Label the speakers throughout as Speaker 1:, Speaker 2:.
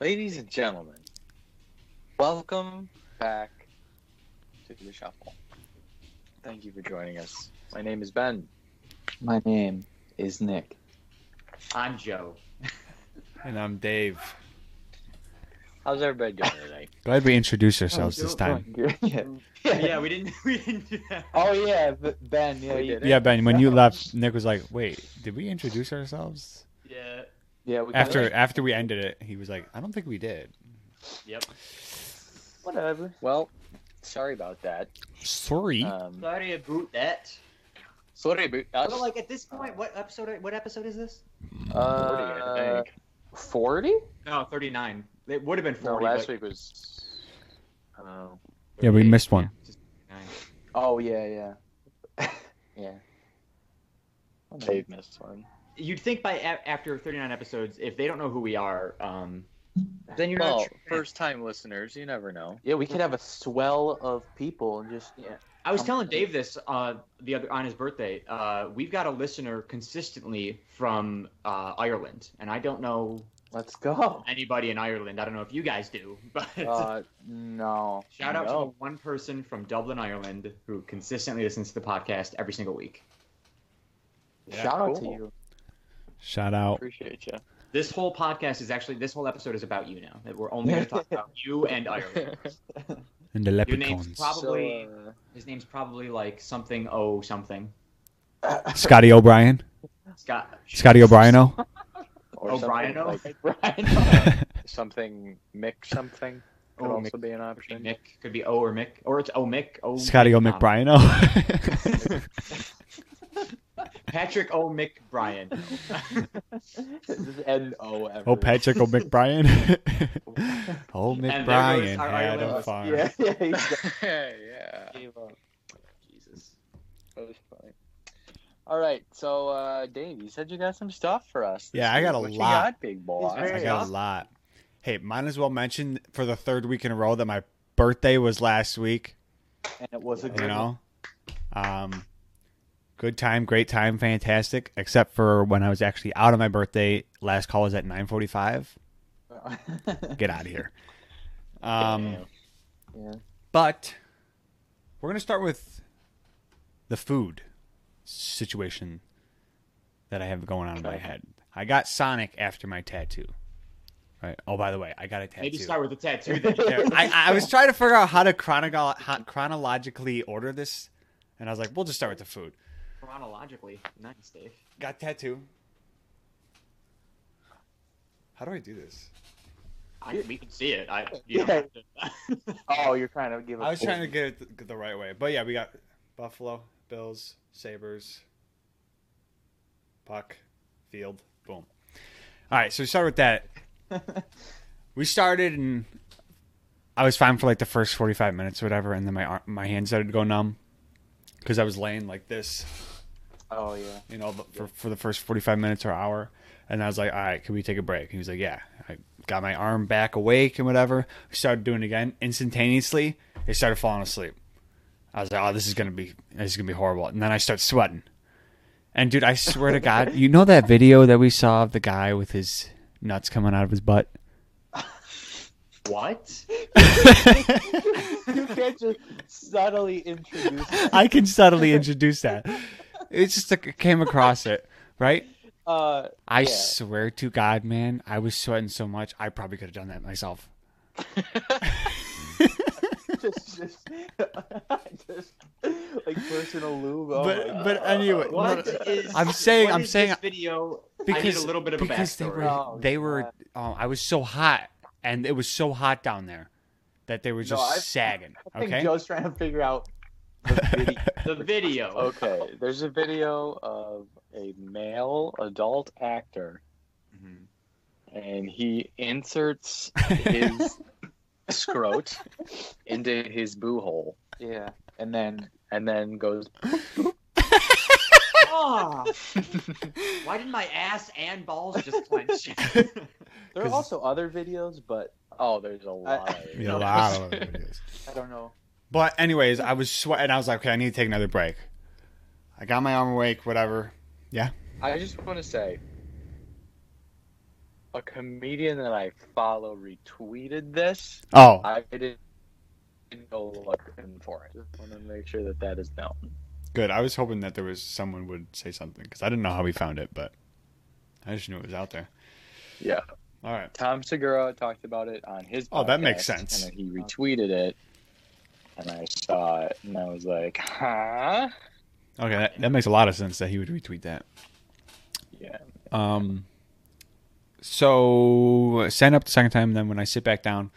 Speaker 1: Ladies and gentlemen, welcome back to the shuffle. Thank you for joining us. My name is Ben.
Speaker 2: My name is Nick.
Speaker 3: I'm Joe.
Speaker 4: And I'm Dave.
Speaker 1: How's everybody doing today?
Speaker 4: Glad we introduced ourselves this time.
Speaker 2: yeah.
Speaker 3: yeah, we didn't. We didn't do that.
Speaker 2: Oh yeah, B- Ben. Yeah,
Speaker 1: We
Speaker 2: you-
Speaker 1: did it.
Speaker 4: Yeah, Ben, when you left, Nick was like, "Wait, did we introduce ourselves?"
Speaker 3: Yeah.
Speaker 2: yeah. We
Speaker 4: After after we ended it, he was like, "I don't think we did."
Speaker 3: Yep.
Speaker 2: whatever.
Speaker 1: Well, sorry about that.
Speaker 4: Sorry.
Speaker 1: Um,
Speaker 3: Sorry about that.
Speaker 1: sorry about us.
Speaker 3: But like at this point, what episode? What episode is this?
Speaker 1: Forty, I
Speaker 2: Uh,
Speaker 1: think.
Speaker 2: Forty?
Speaker 3: No, thirty-nine. It would have been
Speaker 1: No,
Speaker 3: forty.
Speaker 1: last
Speaker 3: but-
Speaker 1: week was. Oh,
Speaker 4: Yeah, we missed one.
Speaker 3: Yeah, just 39.
Speaker 2: Oh yeah, yeah.
Speaker 1: yeah.
Speaker 2: Whatever.
Speaker 1: Dave missed one.
Speaker 3: You'd think by a- after thirty-nine episodes, if they don't know who we are, um, then you're
Speaker 1: Well,
Speaker 3: not. Sure.
Speaker 1: first time listeners, you never know.
Speaker 2: Yeah, we could have a swell of people and just
Speaker 3: I
Speaker 2: Um,
Speaker 3: was telling Dave this uh, the other on his birthday. Uh, we've got a listener consistently from uh, Ireland, and I don't know
Speaker 2: let's go.
Speaker 3: anybody in Ireland. I don't know if you guys do, but
Speaker 2: Uh, no.
Speaker 3: Shout out
Speaker 2: No.
Speaker 3: to the one person from Dublin, Ireland, who consistently listens to the podcast every single week.
Speaker 4: Yeah,
Speaker 2: Shout out to
Speaker 1: cool.
Speaker 2: you.
Speaker 4: Shout out.
Speaker 1: Appreciate you.
Speaker 3: This whole podcast is actually this whole episode is about you now. That we're only going to talk about you and Ireland.
Speaker 4: And the
Speaker 3: Your name's
Speaker 4: leprechauns.
Speaker 3: probably
Speaker 2: So, uh,
Speaker 3: his name's probably like something O something.
Speaker 4: Scotty O'Brien.
Speaker 3: Scott
Speaker 4: Scotty O'Brien. Oh.
Speaker 1: Or
Speaker 3: O'Brien O.
Speaker 1: something, like,
Speaker 3: Brian
Speaker 1: something Mick something could
Speaker 4: Oh,
Speaker 3: O.
Speaker 1: also be an option.
Speaker 3: Mick could be O or Mick or it's O Mick O.
Speaker 4: Scotty O.
Speaker 3: Mick,
Speaker 4: McBrien. Oh.
Speaker 3: Patrick O Mick Brian.
Speaker 2: Just N O ever.
Speaker 4: oh, Patrick O. McBrien. oh,
Speaker 3: And there goes
Speaker 4: McBrien
Speaker 3: our
Speaker 4: had
Speaker 3: Ireland
Speaker 4: a
Speaker 3: list.
Speaker 4: farm.
Speaker 2: Yeah, yeah. he
Speaker 1: yeah,
Speaker 2: gave up.
Speaker 3: Jesus.
Speaker 1: that was funny. All right, so uh, Dave, you said you got some stuff for us. this
Speaker 4: Yeah, I got
Speaker 1: week.
Speaker 4: a
Speaker 1: What you
Speaker 4: lot.
Speaker 1: got, big boy.
Speaker 3: He's
Speaker 4: I
Speaker 3: very-
Speaker 4: got a lot. Hey, might as well mention for the third week in a row that my birthday was last week.
Speaker 2: And it was a
Speaker 4: You
Speaker 2: good.
Speaker 4: know, um, good time, great time, fantastic. Except for when I was actually out on my birthday. Last call was at nine forty-five. Get out of here. Um,
Speaker 2: Yeah.
Speaker 4: but we're gonna start with the food situation that I have going on in my
Speaker 1: Okay.
Speaker 4: head. I got Sonic after my tattoo. Right. Oh, by the way, I got a tattoo.
Speaker 3: Maybe start with the tattoo then.
Speaker 4: Yeah, I, I was trying to figure out how to chronog- how, chronologically order this, and I was like, we'll just start with the food.
Speaker 3: Chronologically. Nice, Dave.
Speaker 4: Got tattoo. How do I do this?
Speaker 3: I, we can see it. I you don't have to-
Speaker 2: oh, you're trying to give. a
Speaker 4: I was
Speaker 2: full-
Speaker 4: trying to get it the, the right way, but yeah, we got Buffalo, Bills, Sabers, puck, field, boom. All right, so we start with that. we started and I was fine for like the first forty-five minutes or whatever, and then my ar- my hand started to go numb because I was laying like this
Speaker 2: Oh yeah.
Speaker 4: you know, the- for, for the first 45 minutes or hour. And I was like, all right, can we take a break? And he was like, yeah. I got my arm back awake and whatever. We started doing it again. Instantaneously, it started falling asleep. I was like, oh, this is going to be, this is going to be horrible. And then I start sweating. And dude, I swear to God, you know that video that we saw of the guy with his nuts coming out of his butt?
Speaker 3: What?
Speaker 2: you can't just subtly introduce. that.
Speaker 4: I can subtly introduce that. It just like, came across it, right?
Speaker 2: Uh,
Speaker 4: I
Speaker 2: Yeah.
Speaker 4: swear to God, man, I was sweating so much, I probably could have done that myself.
Speaker 2: just, just, just like personal lube. Oh my
Speaker 4: but but anyway,
Speaker 3: What
Speaker 4: no,
Speaker 3: is-
Speaker 4: I'm saying-
Speaker 3: what
Speaker 4: I'm
Speaker 3: is
Speaker 4: saying-
Speaker 3: this video. I need
Speaker 4: because
Speaker 3: a little bit of a
Speaker 4: because they were
Speaker 3: backstory.
Speaker 2: Oh,
Speaker 4: they were um, I was so hot and it was so hot down there that they were just
Speaker 2: I-
Speaker 4: sagging.
Speaker 2: I think
Speaker 4: Okay,
Speaker 2: Joe's trying to figure out. The video.
Speaker 3: The video.
Speaker 1: okay, there's a video of a male adult actor,
Speaker 3: Mhm.
Speaker 1: and he inserts his scrote into his boo hole,
Speaker 2: yeah, and then
Speaker 1: and then goes.
Speaker 3: Ah. why did my ass and balls just clench?
Speaker 2: there are
Speaker 4: 'Cause-
Speaker 2: also other videos, but
Speaker 1: Oh, there's a lot. of
Speaker 4: Yeah, wow. it is.
Speaker 2: I don't know.
Speaker 4: But anyways, I was sweating. I was like, okay, I need to take another break. I got my arm awake. Whatever.
Speaker 1: I just want to say, a comedian that I follow retweeted this.
Speaker 4: Oh,
Speaker 1: I didn't go looking for it. Just want to make sure that that is known.
Speaker 4: good. I was hoping that there was someone would say something because I didn't know how we found it, but I just knew it was out there.
Speaker 1: Yeah.
Speaker 4: All right.
Speaker 1: Tom Segura talked about it on his.
Speaker 4: Oh, that
Speaker 1: podcast,
Speaker 4: makes sense.
Speaker 1: And then he retweeted it, and I saw it, and I was like, "Huh."
Speaker 4: Okay, that, that makes a lot of sense that he would retweet that.
Speaker 1: Yeah.
Speaker 4: Um, so stand up the second time, and then when I sit back down,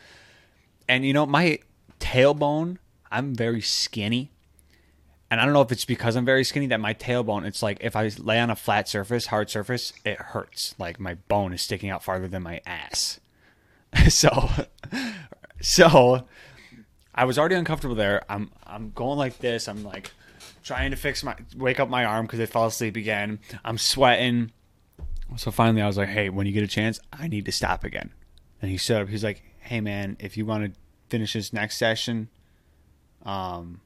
Speaker 4: and you know my tailbone, I'm very skinny, and I don't know if it's because I'm very skinny that my tailbone. It's like if I lay on a flat surface, hard surface, it hurts. Like my bone is sticking out farther than my ass. so, so I was already uncomfortable there. I'm I'm going like this. I'm like trying to fix my wake up my arm because I fell asleep again. I'm sweating. So finally, I was like, "Hey, when you get a chance, I need to stop again." And he stood up. He's like, "Hey, man, if you want to finish this next session, um,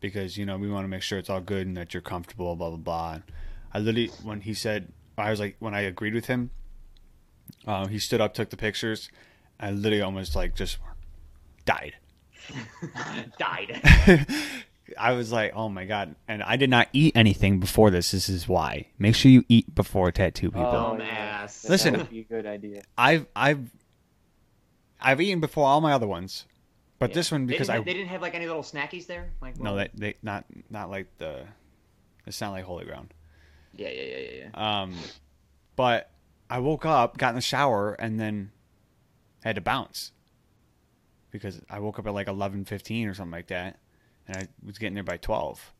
Speaker 4: because you know we want to make sure it's all good and that you're comfortable, blah blah blah." And I literally, when he said, I was like, when I agreed with him, uh, he stood up, took the pictures. I literally almost like just died.
Speaker 3: Died.
Speaker 4: I was like, oh my god! And I did not eat anything before this. This is why. Make sure you eat before tattoo people.
Speaker 2: Oh,
Speaker 3: Dumbass.
Speaker 2: That
Speaker 4: Listen.
Speaker 2: would be a good idea.
Speaker 4: I've I've I've eaten before all my other ones, but this one because
Speaker 3: they
Speaker 4: I
Speaker 3: didn't, they didn't have like any little snackies there. Like
Speaker 4: no
Speaker 3: little-
Speaker 4: that they not not like the it's not like holy ground.
Speaker 3: Yeah, yeah, yeah, yeah, yeah.
Speaker 4: Um, but I woke up, got in the shower, and then had to bounce because I woke up at like eleven fifteen or something like that, and I was getting there by twelve.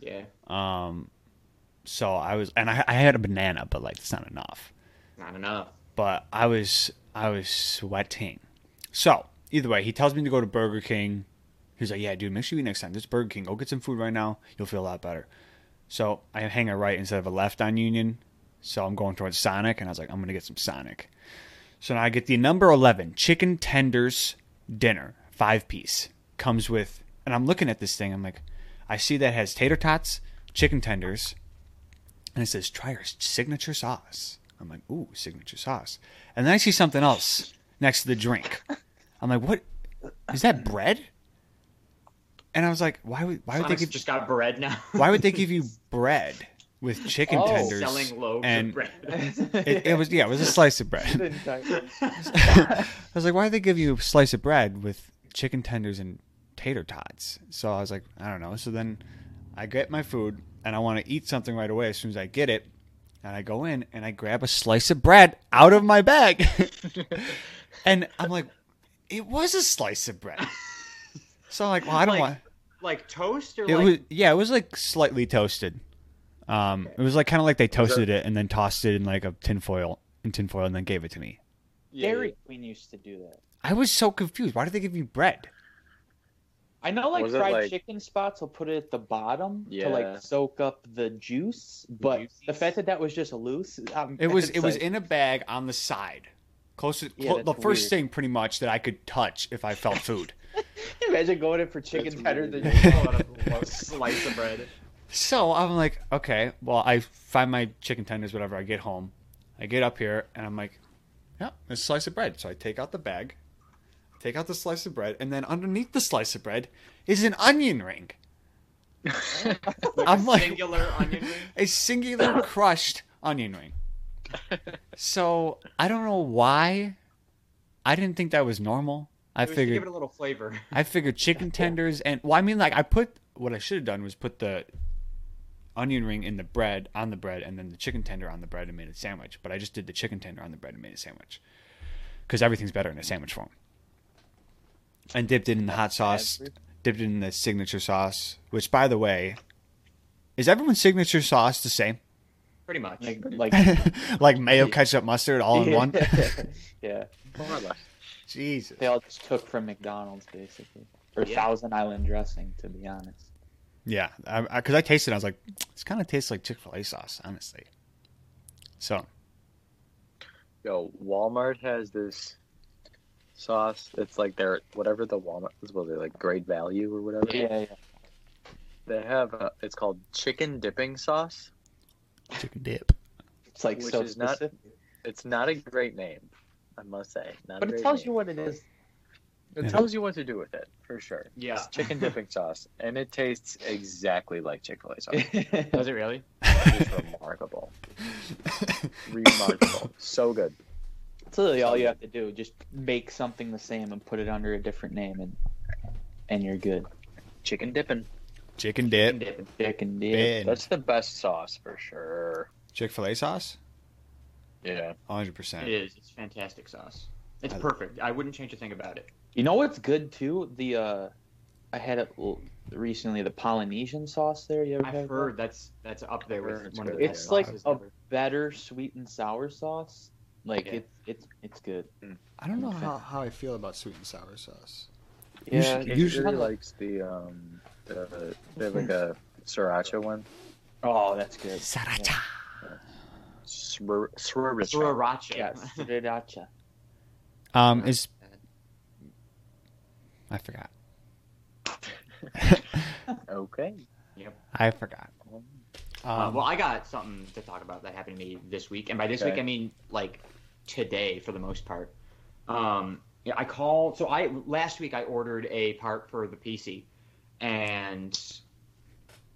Speaker 3: Yeah.
Speaker 4: Um, so I was, and I, I had a banana, but like it's not enough.
Speaker 3: Not enough.
Speaker 4: But I was, I was sweating. So either way, he tells me to go to Burger King. He's like, "Yeah, dude, make sure you eat next time. This is Burger King. Go get some food right now. You'll feel a lot better." So I hang a right instead of a left on Union. So I'm going towards Sonic, and I was like, "I'm gonna get some Sonic." So now I get the number eleven chicken tenders dinner, five piece. Comes with, and I'm looking at this thing. I'm like, I see that has tater tots, chicken tenders, and it says try our signature sauce. I'm like, ooh, signature sauce. And then I see something else next to the drink. I'm like, what is that bread? And I was like, why would why would they
Speaker 3: Sonic's
Speaker 4: give
Speaker 3: just got bread now.
Speaker 4: why would they give you bread with chicken
Speaker 2: Oh.
Speaker 4: tenders?
Speaker 3: selling loaves
Speaker 4: and
Speaker 3: of bread?
Speaker 4: It, it was yeah, it was a slice of bread.
Speaker 2: Didn't I-
Speaker 4: I was like, why would they give you a slice of bread with chicken tenders and tater tots? So I was like, I don't know. So then I get my food and I want to eat something right away as soon as I get it. And I go in and I grab a slice of bread out of my bag. and I'm like, it was a slice of bread. So I'm like, well, I don't
Speaker 3: Like,
Speaker 4: want
Speaker 3: like toast or
Speaker 4: it
Speaker 3: like
Speaker 4: was yeah, it was like slightly toasted. Um, it was like kind of like they toasted it and then tossed it in like a tinfoil in tinfoil and then gave it to me.
Speaker 1: Yeah, yeah.
Speaker 2: Dairy Queen used to do that.
Speaker 4: I was so confused. Why did they give you bread?
Speaker 2: I know, like
Speaker 1: Was it,
Speaker 2: fried
Speaker 1: like-
Speaker 2: chicken spots will put it at the bottom to
Speaker 1: Yeah.
Speaker 2: like soak up the juice, but the
Speaker 1: Juices.
Speaker 2: fact that that was just loose, um,
Speaker 4: It was
Speaker 2: it's
Speaker 4: it was
Speaker 2: like-
Speaker 4: in a bag on the side, close to
Speaker 2: Yeah,
Speaker 4: clo- the
Speaker 2: that's
Speaker 4: first
Speaker 2: weird.
Speaker 4: thing pretty much that I could touch if I felt food.
Speaker 2: Imagine going in for chicken
Speaker 1: That's
Speaker 2: tender
Speaker 1: weird.
Speaker 2: than
Speaker 3: Oh, what a low slice of bread.
Speaker 4: so I'm like, okay, well I find my chicken tenders whatever. I get home, I get up here and I'm like, yeah, a slice of bread. So I take out the bag, take out the slice of bread, and then underneath the slice of bread is an onion ring. I'm like,
Speaker 3: Singular onion ring.
Speaker 4: a singular crushed onion ring. So I don't know why. I didn't think that was normal. I
Speaker 3: It was to give
Speaker 4: figured
Speaker 3: it a little flavor.
Speaker 4: I figured chicken tenders and well, I mean, like I put what I should have done was put the onion ring in the bread on the bread, and then the chicken tender on the bread and made a sandwich. But I just did the chicken tender on the bread and made a sandwich because everything's better in a sandwich form. And dipped it in the hot sauce, dipped it in the signature sauce, which, by the way, is everyone's signature sauce the same?
Speaker 3: Pretty much.
Speaker 2: like, like
Speaker 4: like mayo, ketchup, mustard, all in one.
Speaker 2: yeah,
Speaker 1: More or less.
Speaker 4: Jesus.
Speaker 2: they all just took from McDonald's basically, or
Speaker 3: Yeah.
Speaker 2: Thousand Island dressing, to be honest.
Speaker 4: Yeah, because I, 'cause I tasted, it, I was like, this kind of tastes like Chick Fil A sauce, honestly. So
Speaker 1: Yo, Walmart has this sauce. It's like their whatever the Walmart is. Was it like Great Value or whatever?
Speaker 2: Yeah, yeah.
Speaker 1: They have. A, it's called chicken dipping sauce.
Speaker 4: chicken dip.
Speaker 2: It's like
Speaker 1: Which
Speaker 2: so
Speaker 1: is not-
Speaker 2: specific.
Speaker 1: It's not a great name, I must say. Not a
Speaker 2: But it
Speaker 1: great
Speaker 2: tells
Speaker 1: name.
Speaker 2: you what it is.
Speaker 1: It
Speaker 4: Yeah.
Speaker 1: tells you what to do with it for sure.
Speaker 3: Yeah.
Speaker 1: It's chicken dipping sauce, and it tastes exactly like Chick Fil A sauce. Oh.
Speaker 3: Does it really?
Speaker 1: It's remarkable, remarkable, so good.
Speaker 2: That's really all you have to do. Just make something the same and put it under a different name, and and you're good.
Speaker 1: Chicken dipping.
Speaker 4: Chicken dip,
Speaker 3: Dipping.
Speaker 2: Chicken dip.
Speaker 4: bin,
Speaker 1: That's the best sauce for sure.
Speaker 4: Chick Fil A sauce,
Speaker 1: Yeah.
Speaker 4: hundred
Speaker 3: It
Speaker 4: percent.
Speaker 3: is. It's fantastic sauce. It's
Speaker 4: I-
Speaker 3: perfect. I wouldn't change a thing about it.
Speaker 2: You know what's good too? The uh, I had it l- recently. The Polynesian sauce there. You ever had
Speaker 3: I've
Speaker 2: that?
Speaker 3: heard that's that's up there with
Speaker 1: It's
Speaker 3: one of
Speaker 1: good.
Speaker 3: the
Speaker 2: It's
Speaker 3: best
Speaker 2: like
Speaker 3: sauces
Speaker 2: a
Speaker 3: ever.
Speaker 2: better sweet and sour sauce. Like
Speaker 3: Yeah.
Speaker 2: it's it's it's good.
Speaker 5: I don't know how, how I feel about sweet and sour sauce.
Speaker 4: You
Speaker 2: Yeah,
Speaker 4: should-
Speaker 1: It
Speaker 2: it's
Speaker 4: you should-
Speaker 2: kinda
Speaker 1: really
Speaker 2: like
Speaker 1: likes the um the they have like a sriracha one.
Speaker 2: oh, that's good.
Speaker 4: Sriracha.
Speaker 1: Srir- Sriracha.
Speaker 3: Sriracha. Uh,
Speaker 2: Yes, sriracha.
Speaker 4: Um, is I forgot.
Speaker 1: Okay.
Speaker 4: I forgot.
Speaker 3: Uh,
Speaker 4: Um,
Speaker 3: well, I got something to talk about that happened to me this week, and by this
Speaker 1: Okay.
Speaker 3: week I mean like today for the most part. Um, yeah, I called. So I last week I ordered a part for the PC, and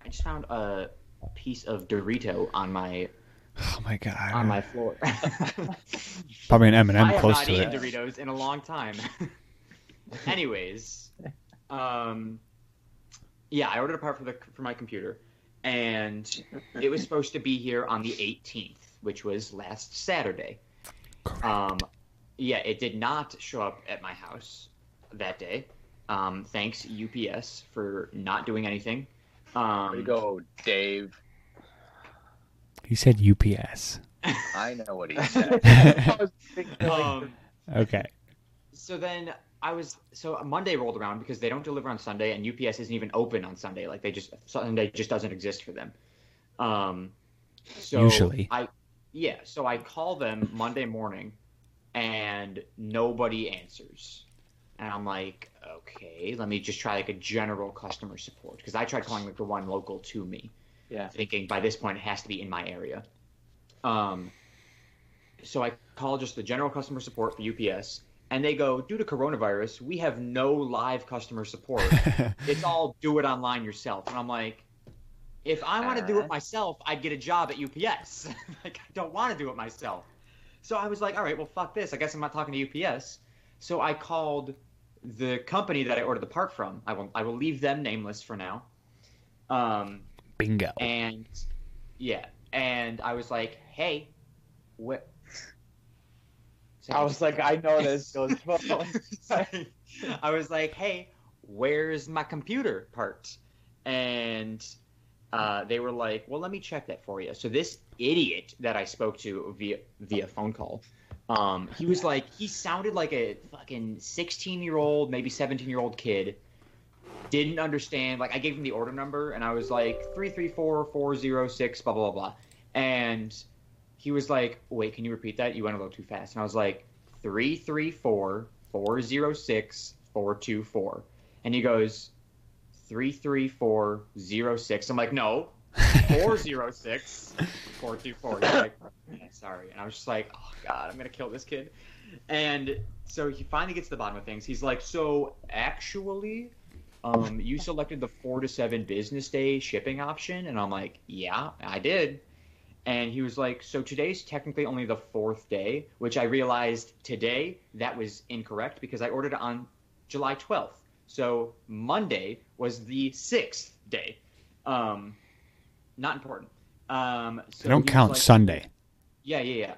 Speaker 3: I just found a piece of Dorito on my
Speaker 4: oh my god.
Speaker 3: on my floor.
Speaker 4: Probably an M and
Speaker 3: I
Speaker 4: M
Speaker 3: have
Speaker 4: close
Speaker 3: not
Speaker 4: to
Speaker 3: eaten
Speaker 4: it.
Speaker 3: Doritos in a long time. Anyways, um, yeah, I ordered a part for the for my computer, and it was supposed to be here on the 18th, which was last Saturday. Um, yeah, it did not show up at my house that day. Um, thanks UPS for not doing anything. Um,
Speaker 1: There you go, Dave.
Speaker 4: He said UPS.
Speaker 1: I know what he said. Oh,
Speaker 3: Um,
Speaker 4: Okay.
Speaker 3: So then I was so Monday rolled around because they don't deliver on Sunday and UPS isn't even open on Sunday. Like they just Sunday just doesn't exist for them. Um, so
Speaker 4: Usually.
Speaker 3: I yeah. So I call them Monday morning and nobody answers. And I'm like, okay, let me just try like a general customer support because I tried calling like the one local to me
Speaker 2: Yeah.
Speaker 3: thinking by this point it has to be in my area. Um, so I call just the general customer support for UPS, and they go, due to coronavirus, we have no live customer support. it's all do it online yourself. And I'm like, if I want to do
Speaker 2: Uh.
Speaker 3: it
Speaker 1: Alright.
Speaker 3: myself, I'd get a job at UPS. like I don't want to do it myself. So I was like, all right, well, fuck this. I guess I'm not talking to UPS. So I called the company that I ordered the part from. I will I will leave them nameless for now. Um,
Speaker 4: Bingo.
Speaker 3: and yeah, and I was like, "Hey, what?"
Speaker 2: I was like, I know this goes well.
Speaker 3: I was like, "Hey, where's my computer part?" And uh, they were like, "Well, let me check that for you." So this idiot that I spoke to via via phone call, um, he was like, he sounded like a fucking sixteen year old, maybe seventeen year old kid. Didn't understand. Like I gave him the order number, and I was like three three four four zero six blah blah blah blah, and he was like, "Wait, can you repeat that? You went a little too fast." And I was like, three three four four zero six four two four, and he goes, three three four zero six. I'm like, no, four zero six four two four. He's like, "Yeah, sorry. And I was just like, oh god, I'm gonna kill this kid. And so he finally gets to the bottom of things. He's like, so actually. Um, you selected the four to seven business day shipping option, and I'm like, yeah, I did and he was like, "So today's technically only the fourth day," which I realized today that was incorrect because I ordered it on July 12th. So Monday was the sixth day. Um, not important. Um, so he
Speaker 4: They don't
Speaker 3: was
Speaker 4: count
Speaker 3: like-
Speaker 4: Sunday.
Speaker 3: yeah, yeah, yeah.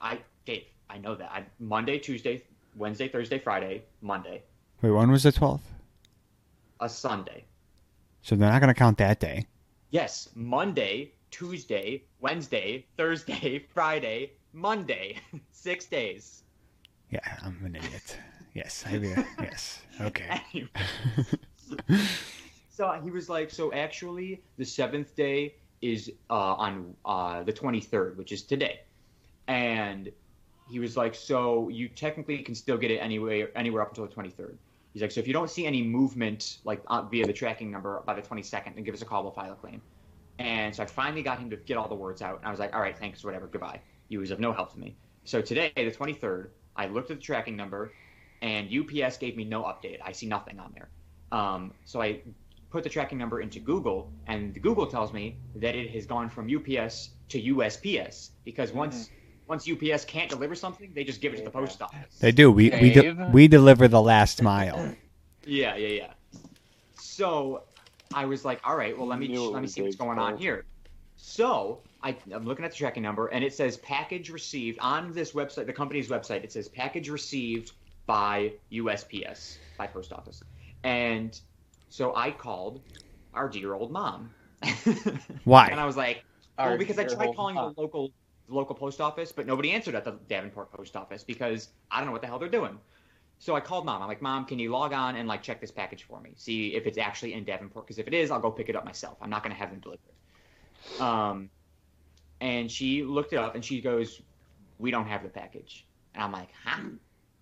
Speaker 3: I Dave, I know that. I, Monday, Tuesday, Wednesday, Thursday, Friday, Monday,
Speaker 4: Wait, when was the twelfth?
Speaker 3: a Sunday.
Speaker 4: So they're not gonna count that day.
Speaker 3: Yes, Monday, Tuesday, Wednesday, Thursday, Friday, Monday, six days.
Speaker 4: Yeah, I'm an idiot. Yes, I agree. yes. Okay.
Speaker 3: Anyway. so he was like, so actually, the seventh day is uh, on uh, the 23rd, which is today. And he was like, so you technically can still get it anywhere, anywhere up until the 23rd. He's like, so if you don't see any movement, like uh, via the tracking number by the 22nd, then give us a call. We'll file a claim. And so I finally got him to get all the words out. And I was like, all right, thanks, whatever, goodbye. You was of no help to me. So today, the 23rd, I looked at the tracking number, and UPS gave me no update. I see nothing on there. Um, so I put the tracking number into Google, and Google tells me that it has gone from UPS to USPS because once once UPS can't deliver something, they just give it to the post office.
Speaker 4: They do. We we, de-
Speaker 1: Dave?
Speaker 4: we deliver the last mile.
Speaker 3: Yeah, yeah, yeah. So I was like, all right, well let me
Speaker 1: Knew it
Speaker 3: let me
Speaker 1: was
Speaker 3: see what's
Speaker 1: Dave's
Speaker 3: going on
Speaker 1: fault.
Speaker 3: here. So I, I'm looking at the tracking number, and it says package received on this website, the company's website. It says package received by USPS, by post office, and so I called our dear old mom. And I
Speaker 4: Why?
Speaker 3: was like,
Speaker 1: Our
Speaker 3: well, because I
Speaker 1: dear
Speaker 3: tried
Speaker 1: old
Speaker 3: calling
Speaker 1: mom.
Speaker 3: the local the local post office, but nobody answered at the Davenport post office because I don't know what the hell they're doing. So I called mom. I'm like, Mom, can you log on and like check this package for me? See if it's actually in Davenport. Because if it is, I'll go pick it up myself. I'm not gonna have them deliver it. Um, and she looked it up and she goes, "We don't have the package." And I'm like, "Huh?"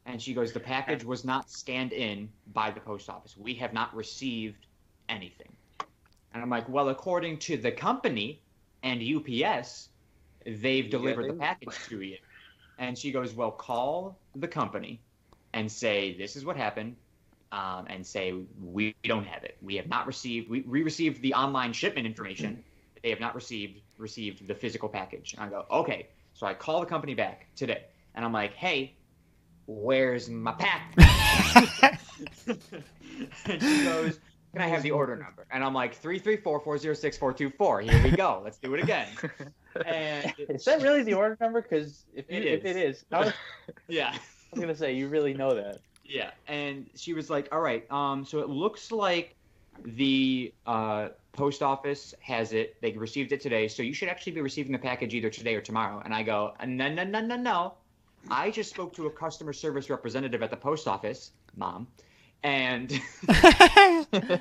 Speaker 3: And she goes, "The package was not scanned in by the post office. We have not received anything." And I'm like, "Well, according to the company and UPS, they've delivered the
Speaker 1: they-
Speaker 3: package to you." And she goes, "Well, call the company and say this is what happened." Um, and say we don't have it. We have not received. We, we received the online shipment information. They have not received received the physical package. And I go, okay. So I call the company back today, and I'm like, hey, where's my pack? and she goes, can I have the order number? And I'm like, three three four four zero six four two four. Here we go. Let's do it again. And
Speaker 2: Is that really the order number? Because if you,
Speaker 3: It
Speaker 2: if
Speaker 3: is.
Speaker 2: it is, I was,
Speaker 3: yeah.
Speaker 2: I was gonna say you really know that.
Speaker 3: Yeah, and she was like, "All right, um, so it looks like the uh, post office has it. They received it today, so you should actually be receiving the package either today or tomorrow." And I go, "No, no, no, no, no! I just spoke to a customer service representative at the post office, mom, and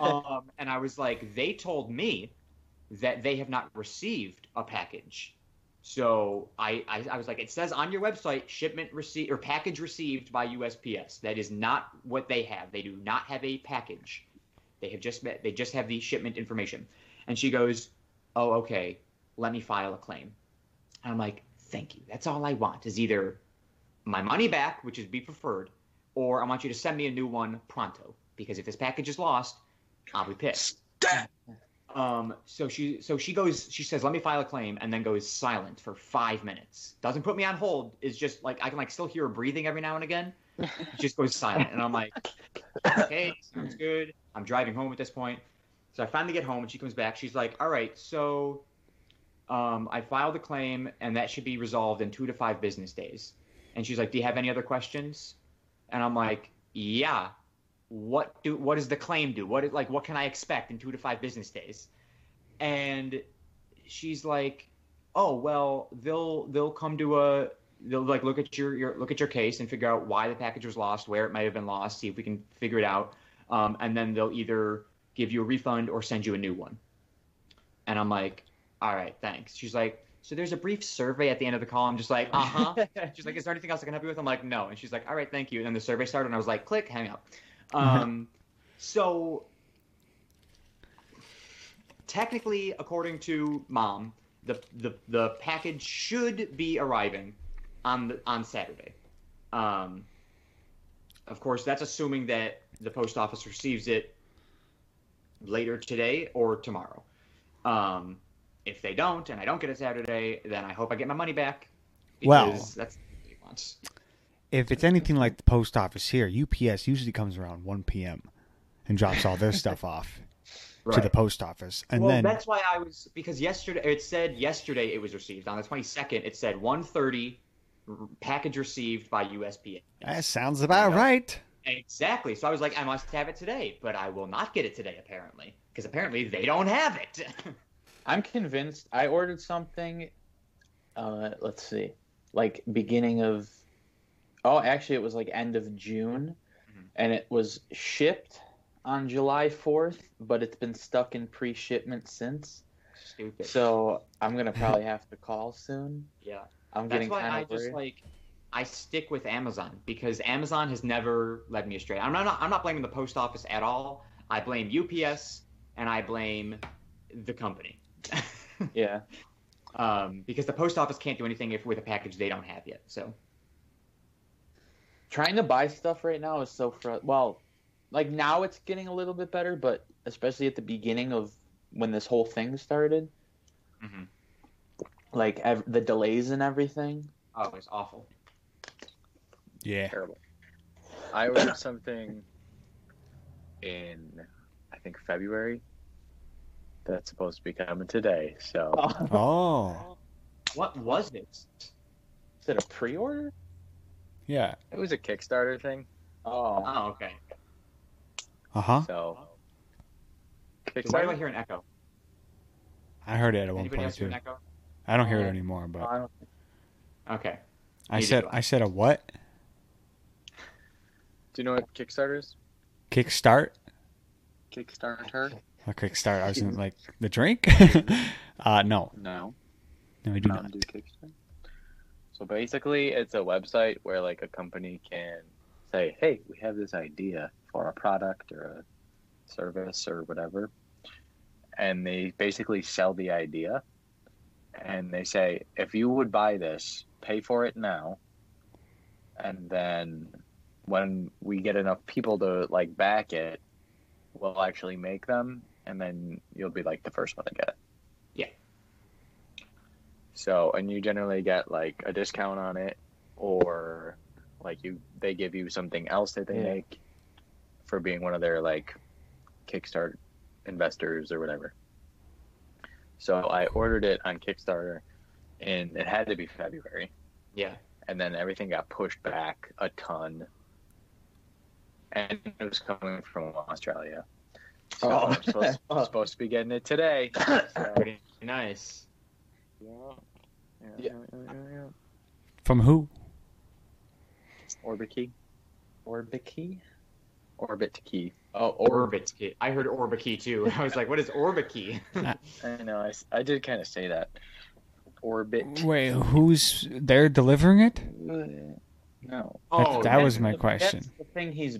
Speaker 3: um, and I was like, they told me that they have not received a package." So I, I, I was like, it says on your website, shipment received or package received by USPS. That is not what they have. They do not have a package. They have just met. They just have the shipment information. And she goes, "Oh, okay. Let me file a claim." And I'm like, "Thank you. That's all I want is either my money back, which is be preferred, or I want you to send me a new one pronto because if this package is lost, I'll be pissed." Um, so she so she goes she says, Let me file a claim and then goes silent for five minutes. Doesn't put me on hold, is just like I can like still hear her breathing every now and again. just goes silent and I'm like, Okay, sounds good. I'm driving home at this point. So I finally get home and she comes back, she's like, All right, so um, I filed a claim and that should be resolved in two to five business days. And she's like, Do you have any other questions? And I'm like, Yeah. What do what does the claim do? What like what can I expect in two to five business days? and she's like, "Oh well, they'll they'll come to a they'll like look at your, your look at your case and figure out why the package was lost, where it might have been lost, see if we can figure it out, um, and then they'll either give you a refund or send you a new one." And I'm like, "All right, thanks." She's like, "So there's a brief survey at the end of the call." I'm just like, "Uh huh." She's like, "Is there anything else I can help you with?" I'm like, "No." And she's like, "All right, thank you." And then the survey started, and I was like, "Click, hang up." Um, so technically, according to mom, the the the package should be arriving on the, on Saturday. Um, of course, that's assuming that the post office receives it later today or tomorrow. Um, if they don't, and I don't get it Saturday, then I hope I get my money back.
Speaker 4: Well-
Speaker 3: because that's what he wants.
Speaker 4: if it's anything like the post office here, UPS usually comes around 1 p.m. and drops all their stuff off to the post office, and
Speaker 3: well,
Speaker 4: then
Speaker 3: that's why I was because yesterday it said yesterday it was received on the 22nd. It said 1:30 r- package received by USPS.
Speaker 4: that sounds about
Speaker 3: Yeah.
Speaker 4: right.
Speaker 3: Exactly. So I was like, I must have it today, but I will not get it today apparently because apparently they don't have it.
Speaker 2: I'm convinced I ordered something. Uh, let's see, like beginning of, oh, actually, it was like end of June,
Speaker 3: Mhm.
Speaker 2: and it was shipped on July 4th, but it's been stuck in pre-shipment since.
Speaker 3: Stupid.
Speaker 2: So I'm gonna probably have to call soon.
Speaker 3: yeah,
Speaker 2: I'm
Speaker 3: that's
Speaker 2: getting
Speaker 3: why
Speaker 2: kind
Speaker 3: I
Speaker 2: of worried.
Speaker 3: just like I stick with Amazon because Amazon has never led me astray. I'm not I'm not blaming the post office at all. I blame UPS and I blame the company.
Speaker 2: Yeah,
Speaker 3: um, because the post office can't do anything if with a package they don't have yet. So
Speaker 2: Trying to buy stuff right now is so fr- well, like now it's getting a little bit better, but especially at the beginning of when this whole thing started, Mm-hmm.
Speaker 3: Mhm.
Speaker 2: like ev- the delays and everything.
Speaker 3: oh, it's awful.
Speaker 4: Yeah.
Speaker 1: terrible. I ordered something in, I think February. That's supposed to be coming today. So
Speaker 4: Oh.
Speaker 3: What was it?
Speaker 2: Is it a pre-order?
Speaker 4: Yeah.
Speaker 1: it was a Kickstarter thing.
Speaker 2: Oh,
Speaker 3: Oh, okay.
Speaker 4: Uh huh.
Speaker 1: So
Speaker 3: Why do I
Speaker 1: Kickstarter.
Speaker 3: hear an echo?
Speaker 4: I heard it at one
Speaker 3: Anybody
Speaker 4: point
Speaker 3: else hear
Speaker 4: too.
Speaker 3: an echo?
Speaker 4: I don't hear it anymore, but
Speaker 2: I don't-
Speaker 3: Okay.
Speaker 4: I
Speaker 3: Neither
Speaker 4: said
Speaker 3: do I.
Speaker 4: I said a what?
Speaker 1: Do you know what Kickstarter is?
Speaker 4: Kickstart?
Speaker 1: Kickstarter?
Speaker 4: A kickstart. I was in like the drink. uh no,
Speaker 1: No.
Speaker 4: no, I do
Speaker 1: Mountain
Speaker 4: not.
Speaker 1: Dew Kickstarter. So basically, it's a website where like a company can say, "Hey, we have this idea for a product or a service or whatever," and they basically sell the idea, and they say, "If you would buy this, pay for it now, and then when we get enough people to like back it, we'll actually make them, and then you'll be like the first one to get it." So, and you generally get like a discount on it, or like you they give you something else that they
Speaker 2: Yeah.
Speaker 1: make for being one of their like Kickstart investors or whatever. So I ordered it on Kickstarter, and it had to be February,
Speaker 3: Yeah.
Speaker 1: and then everything got pushed back a ton, and it was coming from Australia. So
Speaker 2: Oh.
Speaker 1: I'm supposed, supposed to be getting it today. So,
Speaker 3: Pretty nice.
Speaker 1: yeah, yeah, yeah.
Speaker 4: From who?
Speaker 1: Orbit key.
Speaker 2: Orbit key.
Speaker 1: Orbit key.
Speaker 2: Oh, or
Speaker 3: Orbit key. I heard Orbit key too. I was like, what is Orbit key?
Speaker 1: I know. I, s- I did kind of say that. Orbit.
Speaker 4: Wait, who's they're delivering it?
Speaker 1: No.
Speaker 4: That, that
Speaker 3: that's
Speaker 4: was my
Speaker 2: the-
Speaker 4: question.
Speaker 2: That's the thing he's.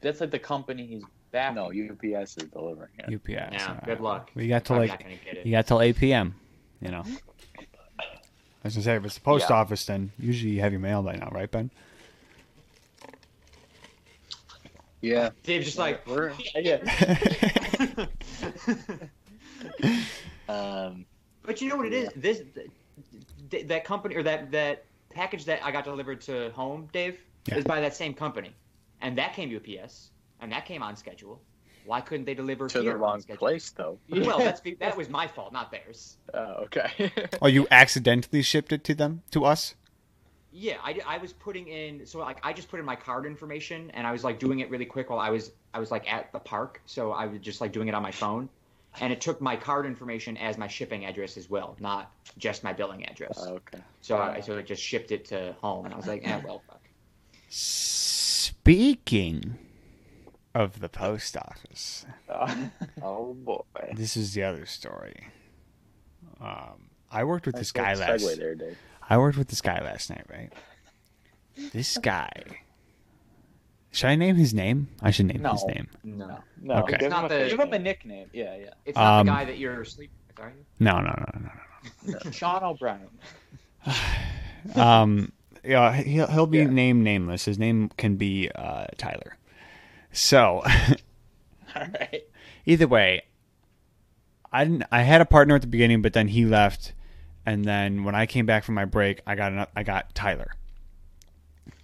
Speaker 2: That's like the company he's back.
Speaker 1: No, UPS is delivering it.
Speaker 4: UPS.
Speaker 3: Yeah,
Speaker 4: all
Speaker 3: good luck.
Speaker 4: We got to
Speaker 3: I'm
Speaker 4: like
Speaker 3: not gonna get it.
Speaker 4: You got till 8 p.m. You know. I was gonna say if it's the post
Speaker 1: Yeah.
Speaker 4: office, then usually you have your mail by now, right, Ben?
Speaker 1: Yeah.
Speaker 3: Dave's just like,
Speaker 1: We're- um,
Speaker 3: But you know what it is? This th- that company or that that package that I got delivered to home, Dave,
Speaker 4: Yeah.
Speaker 3: is by that same company, and that came UPS, and that came on schedule. Why couldn't they deliver
Speaker 1: to
Speaker 3: here
Speaker 1: the
Speaker 3: on
Speaker 1: wrong
Speaker 3: schedule?
Speaker 1: place, though.
Speaker 3: Well, that's be- that was my fault, not theirs.
Speaker 1: Oh, okay.
Speaker 4: Or you accidentally shipped it to them, to us?
Speaker 3: Yeah, I, di- I was putting in so like I just put in my card information and I was like doing it really quick while I was I was like at the park, so I was just like doing it on my phone, and it took my card information as my shipping address as well, not just my billing address.
Speaker 1: Oh, okay.
Speaker 3: So I so I just shipped it to home, and I was like, eh, well, fuck.
Speaker 4: Speaking of the post office,
Speaker 1: Oh, oh, boy.
Speaker 4: this is the other story. Um, I worked with this guy
Speaker 1: Good
Speaker 4: last.
Speaker 1: Segue there, Dave.
Speaker 4: I worked with this guy last night, right? This guy. Should I name his name? I should name his
Speaker 2: No.
Speaker 4: name.
Speaker 3: No,
Speaker 2: No,
Speaker 4: Okay.
Speaker 2: give,
Speaker 3: Not
Speaker 2: him a,
Speaker 3: the-
Speaker 2: give him a nickname. Yeah, yeah.
Speaker 3: it's not
Speaker 4: Um,
Speaker 3: the guy that you're sleeping with, are you?
Speaker 4: No, no, no, no,
Speaker 2: Sean O'Brien.
Speaker 4: no. Um, yeah, he'll he'll be
Speaker 1: Yeah.
Speaker 4: named nameless. His name can be uh, Tyler. So.
Speaker 2: All right.
Speaker 4: either way, I didn't, I had a partner at the beginning, but then he left, and then when I came back from my break, I got an, I got Tyler,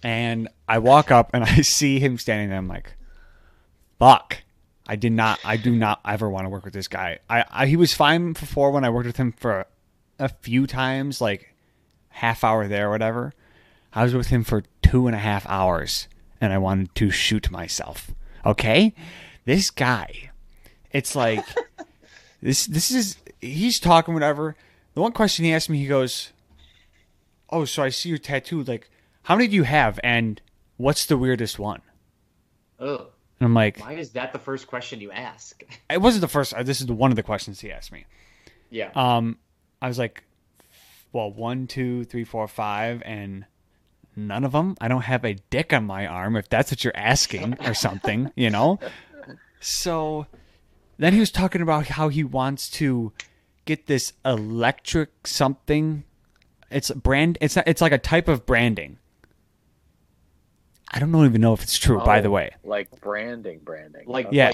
Speaker 4: and I walk up and I see him standing there. I'm like, fuck. I did not. I do not ever want to work with this guy. I, I he was fine before when I worked with him for a few times, like half hour there or whatever. I was with him for two and a half hours, and I wanted to shoot myself. Okay, this guy it's like this this is he's talking whatever the one question he asked me he goes oh so i see your tattoo like how many do you have and what's the weirdest one
Speaker 3: Oh,
Speaker 4: and i'm like
Speaker 3: why is that the first question you ask?
Speaker 4: it wasn't the first uh, this is the one of the questions he asked me
Speaker 3: Yeah,
Speaker 4: um i was like well one two three four five and none of them i don't have a dick on my arm if that's what you're asking or something you know so then he was talking about how he wants to get this electric something. It's a brand. It's it's like a type of branding. I don't even know if it's true. by the
Speaker 1: Oh,
Speaker 4: way,
Speaker 1: like branding, branding.
Speaker 2: Like-
Speaker 1: Okay.
Speaker 4: yeah,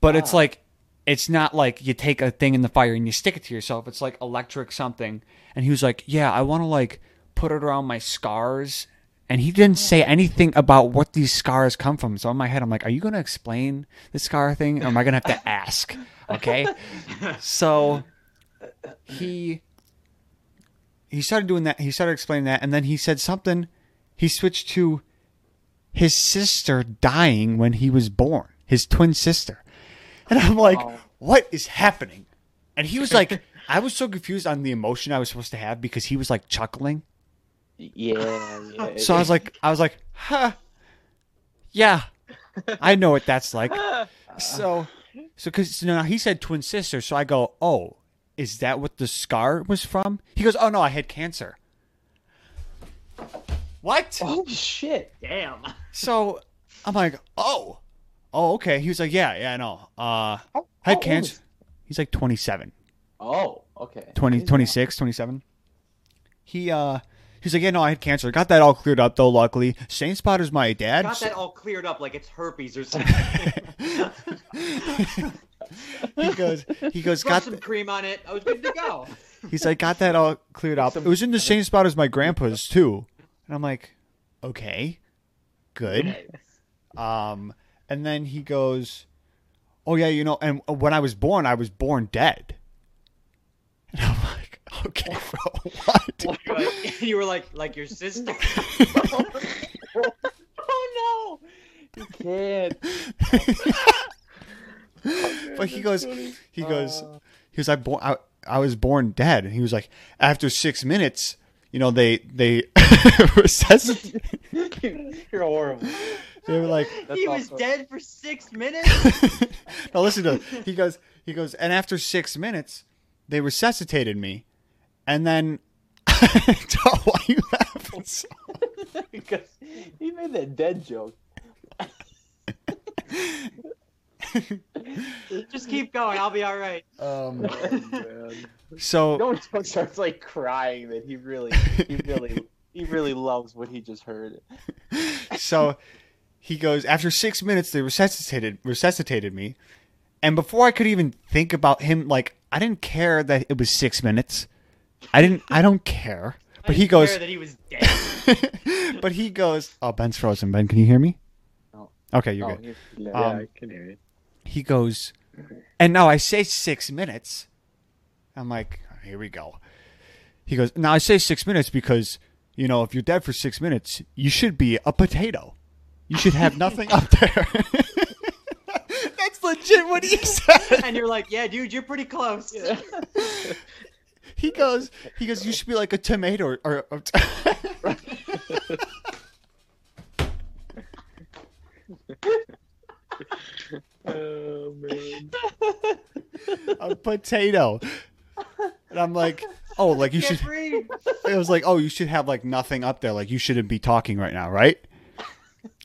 Speaker 4: but it's like it's not like you take a thing in the fire and you stick it to yourself. It's like electric something. And he was like, "Yeah, I want to like put it around my scars." And he didn't say anything about what these scars come from. So in my head, I'm like, "Are you going to explain the scar thing? Or am I going to have to ask?" Okay. so he he started doing that. He started explaining that, and then he said something. He switched to his sister dying when he was born, his twin sister. And I'm like, what is happening? And he was like, I was so confused on the emotion I was supposed to have because he was like chuckling.
Speaker 2: Yeah. yeah
Speaker 4: So I was like, I was like, huh, yeah, I know what that's like. So, so because now he said twin sister, so I go, oh, is that what the scar was from? He goes, oh no, I had cancer. What?
Speaker 2: oh shit.
Speaker 3: Damn.
Speaker 4: So I'm like, oh, oh, okay. He was like, yeah, yeah, I know. Uh,
Speaker 2: How- how
Speaker 4: had
Speaker 2: old
Speaker 4: cancer.
Speaker 2: is-
Speaker 4: He's like 27.
Speaker 2: Oh, okay.
Speaker 4: 20, 26, 27. He uh he's like, Yeah, no, I had cancer. Got that all cleared up though, luckily. Saint Spotter's my dad.
Speaker 3: Got that all cleared up like it's herpes or something.
Speaker 4: he goes he goes,
Speaker 3: Got
Speaker 4: got
Speaker 3: some
Speaker 4: th-
Speaker 3: cream on it. I was good to go.
Speaker 4: he's like, got that all cleared up. It was in the same spot as my grandpa's too. And I'm like, Okay. Good. Um and then he goes, Oh yeah, you know, and when I was born, I was born dead. And I'm like, Okay, bro, what?
Speaker 3: You were like- you were like like your sister.
Speaker 2: Oh no, you can't.
Speaker 4: but he goes, he goes,
Speaker 2: Ah. Oh.
Speaker 4: he was like, born, I, I was born dead. And he was like, after six minutes, you know, they, they, resuscitated.
Speaker 2: You're horrible.
Speaker 4: they were like,
Speaker 3: he was
Speaker 2: awesome.
Speaker 3: dead for six minutes.
Speaker 4: now listen to, he goes, he goes, and after six minutes, they resuscitated me. And then, Tom, why are you laughing? so-
Speaker 2: because he made that dead joke.
Speaker 3: Just keep going. I'll be all right.
Speaker 4: Um,
Speaker 2: Man.
Speaker 4: so,
Speaker 2: No one starts like crying that he really, he really, he really loves what he just heard.
Speaker 4: so he goes after six minutes they resuscitated resuscitated me and before i could even think about him like i didn't care that it was six minutes i didn't i don't care but he
Speaker 3: I swear
Speaker 4: goes
Speaker 3: that he was dead.
Speaker 4: but he goes oh ben's frozen ben can you hear me
Speaker 2: No.
Speaker 4: okay you're good
Speaker 2: you-
Speaker 1: Yeah,
Speaker 4: Um,
Speaker 1: I can hear you.
Speaker 4: he goes, and now I say six minutes. I'm like, here we go. He goes, now I say six minutes because, you know, if you're dead for six minutes, you should be a potato. You should have nothing up there. That's legit what he said.
Speaker 3: and you're like, yeah, dude, you're pretty close.
Speaker 4: He goes, he goes, you should be like a tomato or. or, or
Speaker 1: Oh man.
Speaker 4: a potato. And I'm like, oh, like you
Speaker 3: Can't
Speaker 4: should.
Speaker 3: breathe.
Speaker 4: It was like, oh, you should have like nothing up there. Like you shouldn't be talking right now, right?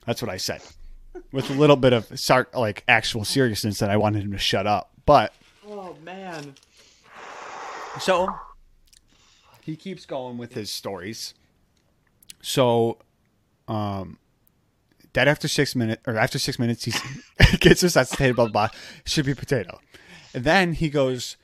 Speaker 4: That's what I said, with a little bit of sarc- like actual seriousness that I wanted him to shut up. But
Speaker 3: Oh man.
Speaker 4: so he keeps going with his stories. So, um, that after six minutes or after six minutes, he's, he gets resuscitated. Blah blah. blah. Should be potato. And then he goes,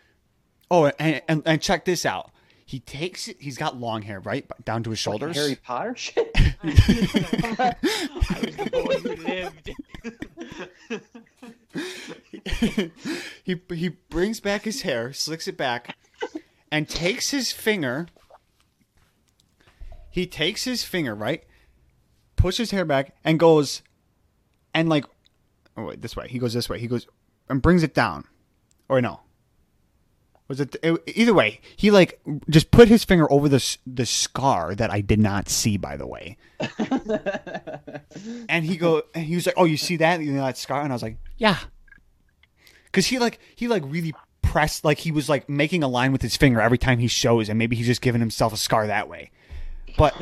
Speaker 4: oh, and, and and check this out. He takes it. He's got long hair, right, down to his shoulders.
Speaker 2: Harry Potter shit.
Speaker 3: I was the boy who Oh, lived.
Speaker 4: he he brings back his hair, slicks it back, and takes his finger. He takes his finger, right? Pushes his hair back and goes, and like, oh wait, this way. He goes this way. He goes and brings it down, or no? Was it, it either way? He like just put his finger over the s- the scar that I did not see, by the way. and he go and he was like, "Oh, you see that? You know that scar?" And I was like, "Yeah." Cause he like he like really pressed like he was like making a line with his finger every time he shows, and maybe he's just giving himself a scar that way. But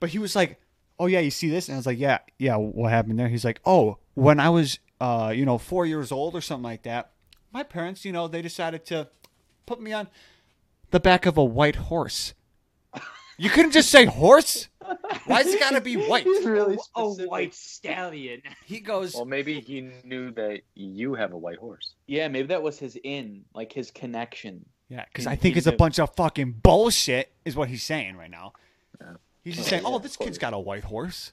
Speaker 4: but he was like, "Oh yeah, you see this?" And I was like, "Yeah, yeah, what happened there?" He's like, "Oh, when I was uh you know four years old or something like that, my parents you know they decided to put me on the back of a white horse. You couldn't just say horse. Why's it gotta be white?
Speaker 2: really
Speaker 3: A white stallion.
Speaker 4: He goes.
Speaker 1: Well, maybe he knew that you have a white horse.
Speaker 2: Yeah, maybe that was his in, like his connection.
Speaker 4: Yeah, because I
Speaker 2: He-
Speaker 4: think
Speaker 2: he
Speaker 4: it's a
Speaker 2: knew.
Speaker 4: bunch of fucking bullshit, is what he's saying right now.
Speaker 1: Yeah.
Speaker 4: He's just
Speaker 1: Oh,
Speaker 4: saying,
Speaker 1: yeah,
Speaker 4: "Oh, this
Speaker 1: of course.
Speaker 4: kid's got a white horse."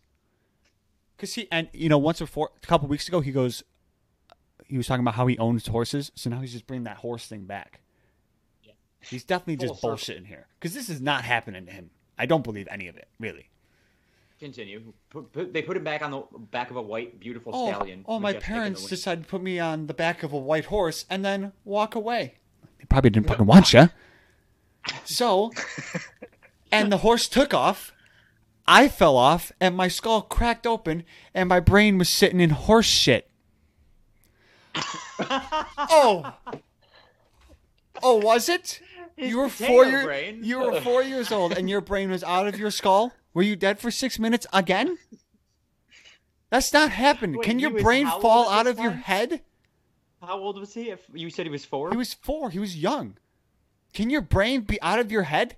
Speaker 4: Because he and you know once before a couple weeks ago he goes, he was talking about how he owns horses, so now he's just bringing that horse thing back.
Speaker 3: Yeah.
Speaker 4: He's definitely
Speaker 3: Full
Speaker 4: just
Speaker 3: circle.
Speaker 4: bullshitting here because this is not happening to him. I don't believe any of it, really.
Speaker 3: Continue. Put, put, they put him back on the back of a white, beautiful stallion.
Speaker 4: oh, my
Speaker 3: majestic in the
Speaker 4: parents
Speaker 3: wind.
Speaker 4: decided to put me on the back of a white horse and then walk away. They probably didn't fucking want you. So, and the horse took off. I fell off, and my skull cracked open, and my brain was sitting in horse shit. oh, oh, was it?
Speaker 3: His
Speaker 4: you were four
Speaker 3: potato
Speaker 4: years.
Speaker 3: brain.
Speaker 4: You were four years old, and your brain was out of your skull. Were you dead for six minutes again? That's not happened.
Speaker 3: Wait,
Speaker 4: Can
Speaker 3: he
Speaker 4: your
Speaker 3: was
Speaker 4: brain
Speaker 3: how old
Speaker 4: fall
Speaker 3: at
Speaker 4: out
Speaker 3: this
Speaker 4: of your
Speaker 3: time?
Speaker 4: head?
Speaker 3: How old was he? If you said he was four.
Speaker 4: He was four. He was young. Can your brain be out of your head?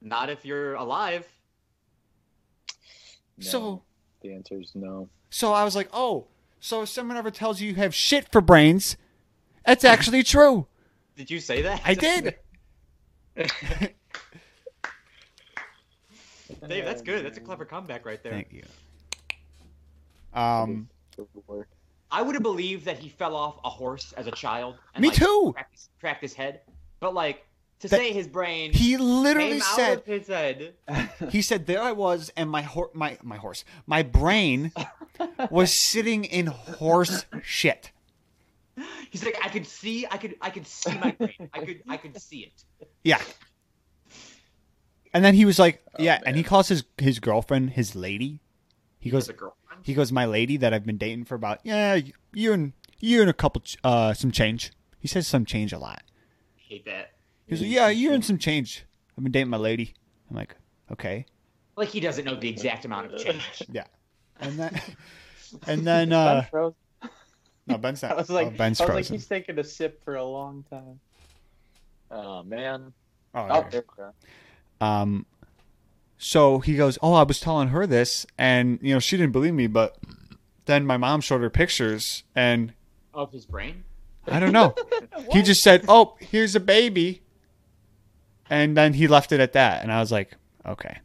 Speaker 3: Not if you're alive.
Speaker 1: No.
Speaker 4: So,
Speaker 1: the answer is no.
Speaker 4: so I was like, oh, so if someone ever tells you you have shit for brains, that's actually true.
Speaker 3: Did you say that?
Speaker 4: I did.
Speaker 3: Dave, that's good. That's a clever comeback right there.
Speaker 4: you. Um,
Speaker 1: Uh,
Speaker 3: I would have believed that he fell off a horse as a child. And,
Speaker 4: Me
Speaker 3: like,
Speaker 4: too.
Speaker 3: Cracked his, cracked his head, but like to
Speaker 4: That-
Speaker 3: say his brain
Speaker 4: he
Speaker 3: came
Speaker 4: literally
Speaker 3: out
Speaker 4: said,
Speaker 3: of his head.
Speaker 4: he said there I was and my hor- my my horse my brain was sitting in horse shit.
Speaker 3: He's like, I could see, I could, I could see my brain. I could, I could see it.
Speaker 4: Yeah. And then he was like,
Speaker 1: Oh,
Speaker 4: yeah, and he
Speaker 1: man.
Speaker 4: calls his his girlfriend his lady. He
Speaker 3: As
Speaker 4: goes
Speaker 3: a girlfriend.
Speaker 4: he goes my lady that I've been dating for about yeah, you and you and a couple ch- uh some change. He says some change a lot.
Speaker 3: I hate that.
Speaker 4: He's like, yeah, you and some change. I've been dating my lady. I'm like, okay.
Speaker 3: Like he doesn't know the exact amount of change.
Speaker 4: Yeah. And then and then uh no, Ben's not.
Speaker 2: I was like,
Speaker 4: oh, Ben's
Speaker 2: I was like,
Speaker 4: frozen.
Speaker 2: he's taking a sip for a long time.
Speaker 1: Oh man.
Speaker 4: oh,
Speaker 1: Oh,
Speaker 4: there.
Speaker 1: there we go.
Speaker 4: Um, so he goes, "Oh, I was telling her this, and you know she didn't believe me, but then my mom showed her pictures, and
Speaker 3: Of his brain.
Speaker 4: I don't know. he just said, "Oh, here's a baby," and then he left it at that, and I was like, "Okay."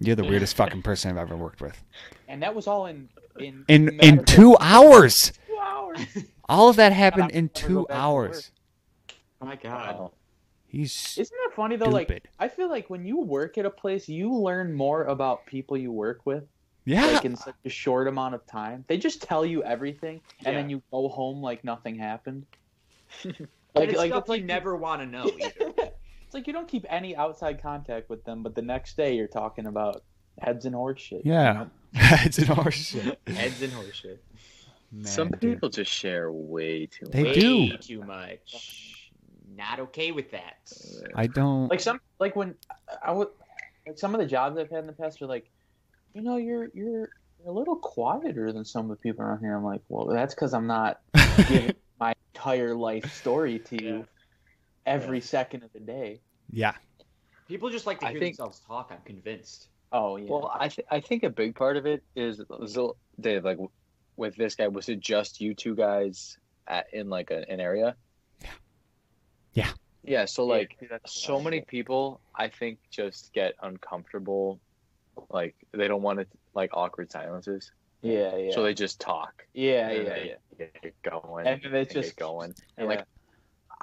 Speaker 4: You're the weirdest fucking person I've ever worked with.
Speaker 2: And that was all in in
Speaker 4: In in
Speaker 2: matter-
Speaker 4: two hours,
Speaker 2: two hours.
Speaker 4: all of that happened
Speaker 2: I'll
Speaker 4: in
Speaker 2: never go
Speaker 4: two
Speaker 2: back to
Speaker 4: hours.
Speaker 2: work.
Speaker 3: Oh my god.
Speaker 1: Wow.
Speaker 4: He's
Speaker 2: Isn't that funny though? Like
Speaker 4: Stupid.
Speaker 2: I feel like when you work at a place, you learn more about people you work with,
Speaker 4: yeah,
Speaker 2: like in such a short amount of time. They just tell you everything, and
Speaker 3: Yeah.
Speaker 2: then you go home like nothing happened.
Speaker 3: Like, it's stuff
Speaker 2: it's like
Speaker 3: you never want to know. either.
Speaker 2: It's like you don't keep any outside contact with them, but the next day you're talking about heads and horse shit.
Speaker 4: yeah. it's an horse shit.
Speaker 3: Heads in horseshit.
Speaker 4: Man,
Speaker 1: Some
Speaker 4: dude.
Speaker 1: people just share way too
Speaker 4: They
Speaker 1: much.
Speaker 3: Way
Speaker 4: do.
Speaker 3: too much. Not okay with that.
Speaker 4: I don't.
Speaker 2: Like some, like when I- I would, like some of the jobs I've had in the past are like, you know, you're you're you're a little quieter than some of the people around here. I'm like, well, that's because I'm not giving my entire life story to you every second of the day.
Speaker 4: yeah,
Speaker 3: People just like to
Speaker 1: I
Speaker 3: hear
Speaker 1: think-
Speaker 3: themselves talk. I'm convinced.
Speaker 2: Oh yeah.
Speaker 1: Well, I th- I think a big part of it is is it- Dave. Like with this guy, was it just you two guys at, in like a, an area?
Speaker 4: Yeah.
Speaker 1: Yeah. So
Speaker 2: Yeah,
Speaker 1: like,
Speaker 2: see, that's-
Speaker 1: so many people i think just get uncomfortable like they don't want to like awkward silences
Speaker 2: Yeah, yeah.
Speaker 1: so they just talk
Speaker 2: yeah,
Speaker 1: And
Speaker 2: yeah,
Speaker 1: they
Speaker 2: yeah.
Speaker 1: get going
Speaker 2: And then they
Speaker 1: get
Speaker 2: just-
Speaker 1: going and like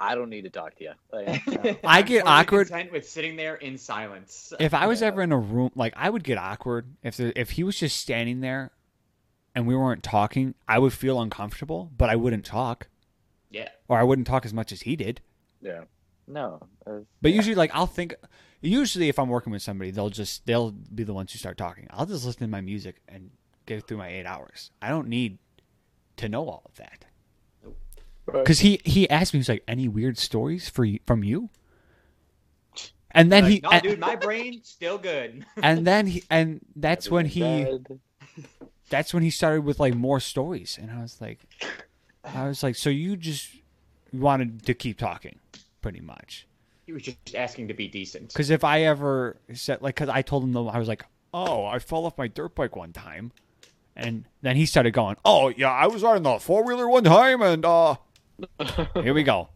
Speaker 1: i don't need to talk to you like,
Speaker 2: Yeah.
Speaker 4: I
Speaker 3: I'm
Speaker 4: get
Speaker 3: totally
Speaker 4: awkward
Speaker 3: Content with sitting there in silence.
Speaker 4: if I was
Speaker 1: Yeah.
Speaker 4: ever in a room, like I would get awkward if there, if he was just standing there and we weren't talking, I would feel uncomfortable, but I wouldn't talk
Speaker 3: Yeah.
Speaker 4: or I wouldn't talk as much as he did.
Speaker 1: yeah no uh,
Speaker 4: But
Speaker 1: yeah.
Speaker 4: usually, like I'll think. Usually, if I'm working with somebody, they'll just they'll be the ones who start talking. I'll just listen to my music and get through my eight hours. I don't need to know all of that.
Speaker 1: Right.
Speaker 4: Because he he asked me, he's like, "Any weird stories for you, from you?" And then
Speaker 3: Like,
Speaker 4: he
Speaker 3: no,
Speaker 4: and,
Speaker 3: dude, my brain still good.
Speaker 4: and then he and that's when he.
Speaker 1: Everything bad.
Speaker 4: that's when he started with like more stories and i was like i was like so you just wanted to keep talking pretty much.
Speaker 3: He was just asking to be decent.
Speaker 4: Because if I ever said like, because I told him though, I was like, oh, I fell off my dirt bike one time, and then he started going, oh yeah, I was riding the four wheeler one time, and uh, here we go.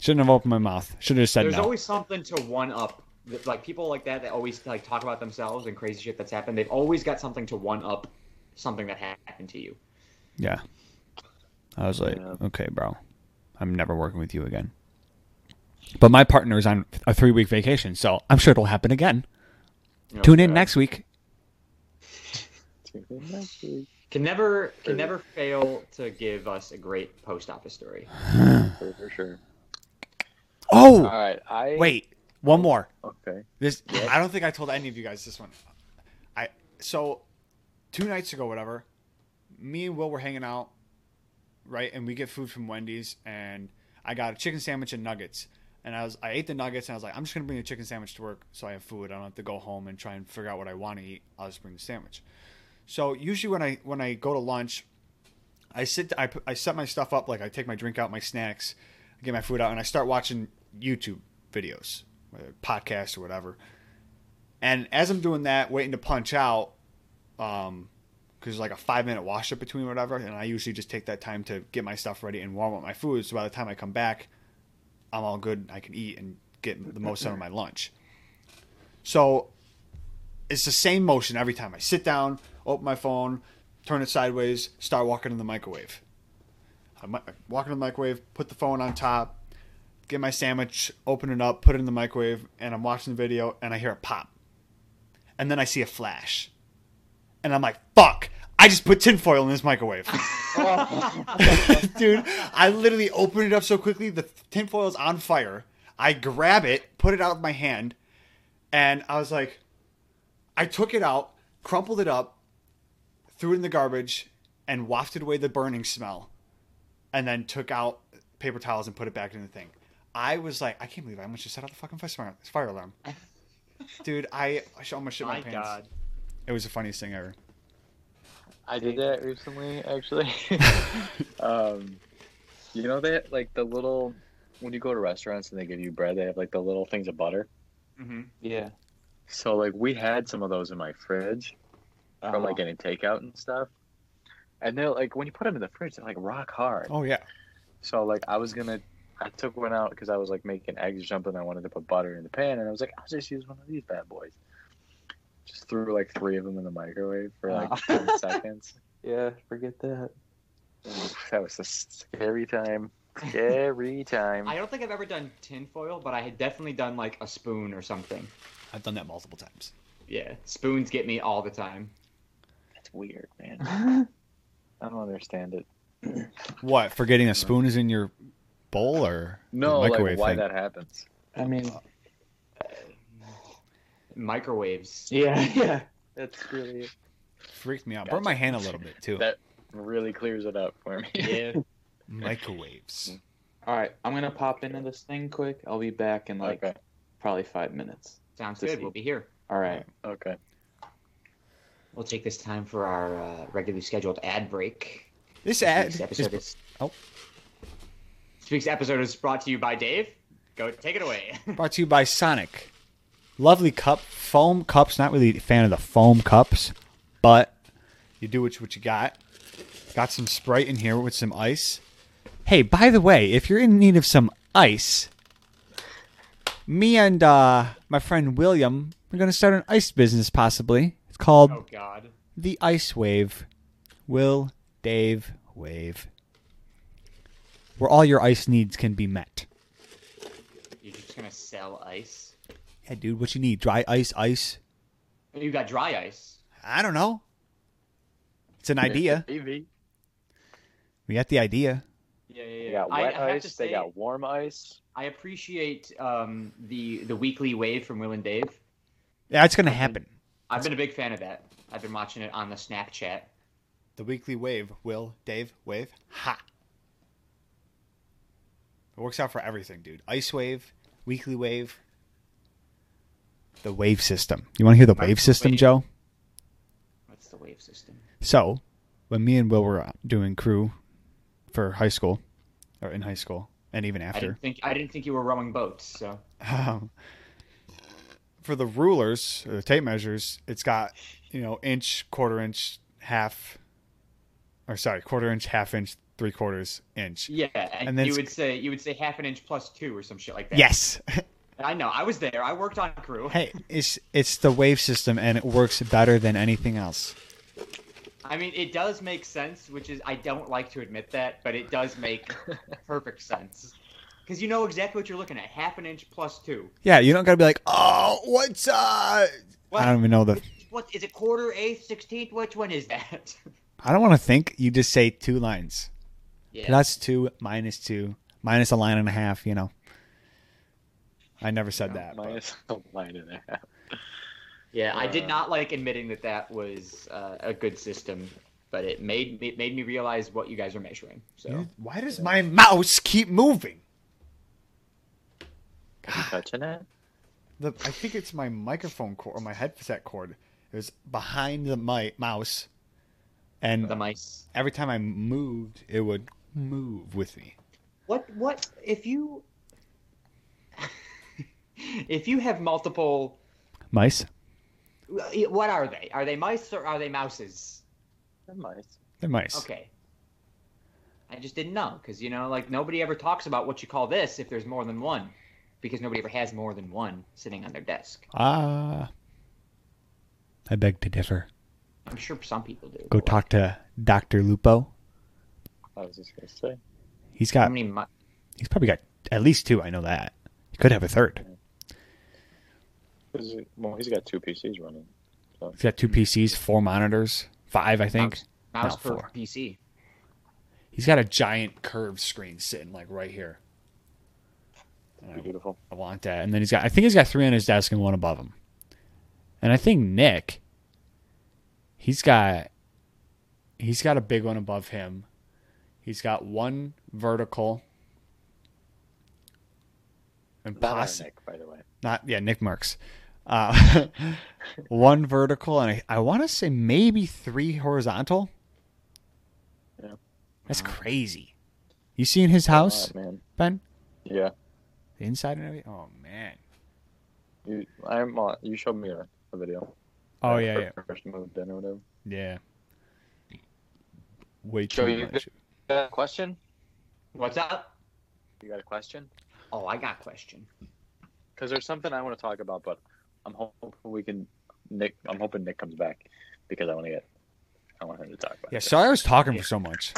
Speaker 4: Shouldn't have opened my mouth. Should have said
Speaker 3: There's
Speaker 4: no.
Speaker 3: always something to one up. Like people like that that always like talk about themselves and crazy shit that's happened. They've always got something to one up something that happened to you.
Speaker 4: yeah. I was like,
Speaker 1: Yeah.
Speaker 4: okay, bro, I'm never working with you again. But my partner is on a three week vacation, so I'm sure it'll happen again. Tune
Speaker 3: uh,
Speaker 4: in
Speaker 1: Okay.
Speaker 4: next week.
Speaker 3: Can never can never fail to give us a great post office story.
Speaker 1: For, for sure.
Speaker 4: Oh,
Speaker 1: All right. I
Speaker 4: wait, one more.
Speaker 1: Okay.
Speaker 4: This I don't think I told any of you guys this one. I so two nights ago, whatever, me and Will were hanging out, right, and we get food from Wendy's, and I got a chicken sandwich and nuggets, and I was I ate the nuggets, and I was like, I'm just gonna bring the chicken sandwich to work, so I have food. I don't have to go home and try and figure out what I want to eat. I'll just bring the sandwich. So usually when I when I go to lunch, I sit I put- I set my stuff up like I take my drink out, my snacks, I get my food out, and I start watching YouTube videos, whether podcasts or whatever. And as I'm doing that, waiting to punch out, um, because like a five minute wash up between whatever, and I usually just take that time to get my stuff ready and warm up my food. So by the time I come back, I'm all good. I can eat and get the most out of my lunch. So it's the same motion every time. I sit down, open my phone, turn it sideways, start walking in the microwave. I mi- walk in the microwave, put the phone on top, get my sandwich, open it up, put it in the microwave, and I'm watching the video and I hear a pop. And then I see a flash. And I'm like, fuck, I just put tinfoil in this microwave. Dude, I literally opened it up so quickly, the tinfoil's on fire. I grab it, put it out with my hand, and I was like, I took it out, crumpled it up, threw it in the garbage, and wafted away the burning smell, and then took out paper towels and put it back in the thing. I was like, I can't believe I almost just set off the fucking fire alarm. Fire alarm. Dude, I, I sh- almost shit my,
Speaker 3: My
Speaker 4: pants.
Speaker 3: God.
Speaker 4: It was the funniest thing ever.
Speaker 1: I did that recently, actually. um, you know that like the little when you go to restaurants and they give you bread, they have like the little things of butter. Mm-hmm.
Speaker 2: Yeah.
Speaker 1: So like we had some of those in my fridge
Speaker 2: Uh-huh.
Speaker 1: from like any takeout and stuff. And they're like when you put them in the fridge, they're like rock hard.
Speaker 4: Oh yeah.
Speaker 1: So like I was gonna, I took one out because I was like making eggs or something. I wanted to put butter in the pan, and I was like, I'll just use one of these bad boys. Just threw like three of them in the microwave for like
Speaker 2: Wow.
Speaker 1: 10 seconds.
Speaker 2: Yeah, forget that.
Speaker 1: That was a scary time. Scary time.
Speaker 3: I don't think I've ever done tinfoil, but I had definitely done like a spoon or something.
Speaker 4: I've done that multiple times.
Speaker 3: Yeah. Spoons get me all the time.
Speaker 1: That's weird, man. I don't understand it.
Speaker 4: What? Forgetting a spoon is in your bowl or
Speaker 1: No, like
Speaker 4: microwave
Speaker 1: why
Speaker 4: thing?
Speaker 1: that happens.
Speaker 2: I mean,
Speaker 3: Microwaves.
Speaker 2: yeah, yeah. That's really it.
Speaker 4: freaked me out.
Speaker 1: Gotcha.
Speaker 4: Burned my hand a little bit too.
Speaker 1: That really clears it up for me.
Speaker 3: Yeah.
Speaker 4: Microwaves.
Speaker 1: Mm-hmm.
Speaker 2: All right, I'm gonna pop into this thing quick. I'll be back in like
Speaker 1: Okay.
Speaker 2: probably five minutes.
Speaker 3: Sounds good. We'll be here.
Speaker 2: All right.
Speaker 1: Okay.
Speaker 3: We'll take this time for our uh, regularly scheduled ad break.
Speaker 4: This
Speaker 3: This
Speaker 4: ad.
Speaker 3: week's episode
Speaker 4: is-
Speaker 3: is,
Speaker 4: oh.
Speaker 3: This week's episode is brought to you by Dave. Go take it away.
Speaker 4: Brought to you by Sonic. Lovely cup, foam cups. Not really a fan of the foam cups, but you do what you, what you got. Got some Sprite in here with some ice. Hey, by the way, if you're in need of some ice, me and uh, my friend William, we're going to start an ice business possibly. It's called
Speaker 3: oh God.
Speaker 4: the ice wave. Will Dave wave. Where all your ice needs can be met.
Speaker 3: You're just gonna sell ice.
Speaker 4: Yeah, dude, what you need? Dry ice, ice?
Speaker 3: Oh, You got dry ice.
Speaker 4: I don't know. It's an idea.
Speaker 1: Maybe.
Speaker 4: We got the idea.
Speaker 3: Yeah, yeah,
Speaker 1: They got
Speaker 3: I,
Speaker 1: wet
Speaker 3: I have to
Speaker 1: ice.
Speaker 3: say,
Speaker 1: They got warm ice.
Speaker 3: I appreciate um, the the weekly wave from Will and Dave.
Speaker 4: Yeah, it's gonna happen.
Speaker 3: I've been a big fan of that. I've been watching it on the Snapchat.
Speaker 4: The weekly wave will Dave wave. Ha. It works out for everything, dude. Ice wave, weekly wave. The wave system. You want to hear the wave system,
Speaker 3: Wave.
Speaker 4: Joe?
Speaker 3: What's the wave system?
Speaker 4: uh, So, when me and Will were doing crew for high school, or in high school, and even
Speaker 3: I
Speaker 4: after.
Speaker 3: didn't think I didn't think you were rowing boats. So
Speaker 4: Um, for the rulers, or the tape measures, it's got you know inch, quarter inch, half, or sorry, quarter inch, half inch, three quarters inch.
Speaker 3: yeah, and,
Speaker 4: And then
Speaker 3: you
Speaker 4: it's-
Speaker 3: would say you would say half an inch plus two or some shit like that.
Speaker 4: Yes.
Speaker 3: I know. I was there. I worked on crew.
Speaker 4: hey, it's it's the wave system and it works better than anything else.
Speaker 3: I mean, it does make sense, which is I don't like to admit that, but it does make perfect sense because you know exactly what you're looking at. Half an inch plus two.
Speaker 4: Yeah, you don't gotta be like, oh, what's uh
Speaker 3: What?
Speaker 4: I don't even know the.
Speaker 3: What is it? Quarter, eighth, sixteenth? Which one is that?
Speaker 4: I don't want to think. You just say two lines.
Speaker 3: yeah.
Speaker 4: Plus two, minus two, minus a line and a half. You know. I never said that. but-
Speaker 1: Minus a line and a half.
Speaker 3: Yeah, I did
Speaker 1: Uh,
Speaker 3: not like admitting that that was uh, a good system, but it made it made me realize what you guys are measuring. So
Speaker 4: You- Why does my mouse keep moving?
Speaker 1: Are you touching it?
Speaker 4: The, I think it's my microphone cord or my headset cord. It was behind the mi- mouse, and
Speaker 3: the mice.
Speaker 4: every time I moved, it would move with me.
Speaker 3: What what if you if you have multiple?
Speaker 4: Mice?
Speaker 3: What are they? Are they mice or are they mouses?
Speaker 1: They're mice.
Speaker 4: They're mice.
Speaker 3: Okay. I just didn't know because you know, like nobody ever talks about what you call this if there's more than one, because nobody ever has more than one sitting on their desk.
Speaker 4: Ah. I beg to differ.
Speaker 3: I'm sure some people do.
Speaker 4: Go
Speaker 3: but, like,
Speaker 4: talk to Doctor Lupo.
Speaker 1: I was just gonna say.
Speaker 4: He's
Speaker 3: How
Speaker 4: got.
Speaker 3: many? mi-
Speaker 4: He's probably got at least two. I know that. He could have a third.
Speaker 1: 'Cause, Well, he's got two PCs running.
Speaker 4: He's got two PCs, four monitors, five, I think.
Speaker 3: Hmm. Mouse, mouse
Speaker 4: Not
Speaker 3: per
Speaker 4: four.
Speaker 3: PC.
Speaker 4: He's got a giant curved screen sitting like right here.
Speaker 1: It'd be beautiful.
Speaker 4: I want that. And then he's got, I think he's got three on his desk and one above him. And I think Nick, he's got, he's got a big one above him. He's got one vertical. And
Speaker 1: Not our
Speaker 4: possi-
Speaker 1: Nick, by the way.
Speaker 4: not yeah, Nick Marks. Uh, one vertical, and I, I want to say maybe three horizontal.
Speaker 1: Yeah.
Speaker 4: That's crazy. You seen his
Speaker 1: Why
Speaker 4: house,
Speaker 1: not, man.
Speaker 4: Ben?
Speaker 1: Yeah.
Speaker 4: The inside and everything. Oh man.
Speaker 1: You, I'm. Uh, you showed me a, a video.
Speaker 4: Oh
Speaker 1: When I
Speaker 4: yeah, yeah,
Speaker 1: fir- First moved in or whatever.
Speaker 4: yeah. Way
Speaker 1: Joe,
Speaker 4: too
Speaker 1: you
Speaker 4: much.
Speaker 1: Got a question?
Speaker 3: What's up?
Speaker 1: You got a question?
Speaker 3: Oh, I got a question.
Speaker 1: Because there's something I want to talk about, but I'm hoping we can. Nick, I'm hoping Nick comes back because I want to get. I want him to talk about.
Speaker 4: Yeah,
Speaker 1: it.
Speaker 4: sorry I was talking for so much.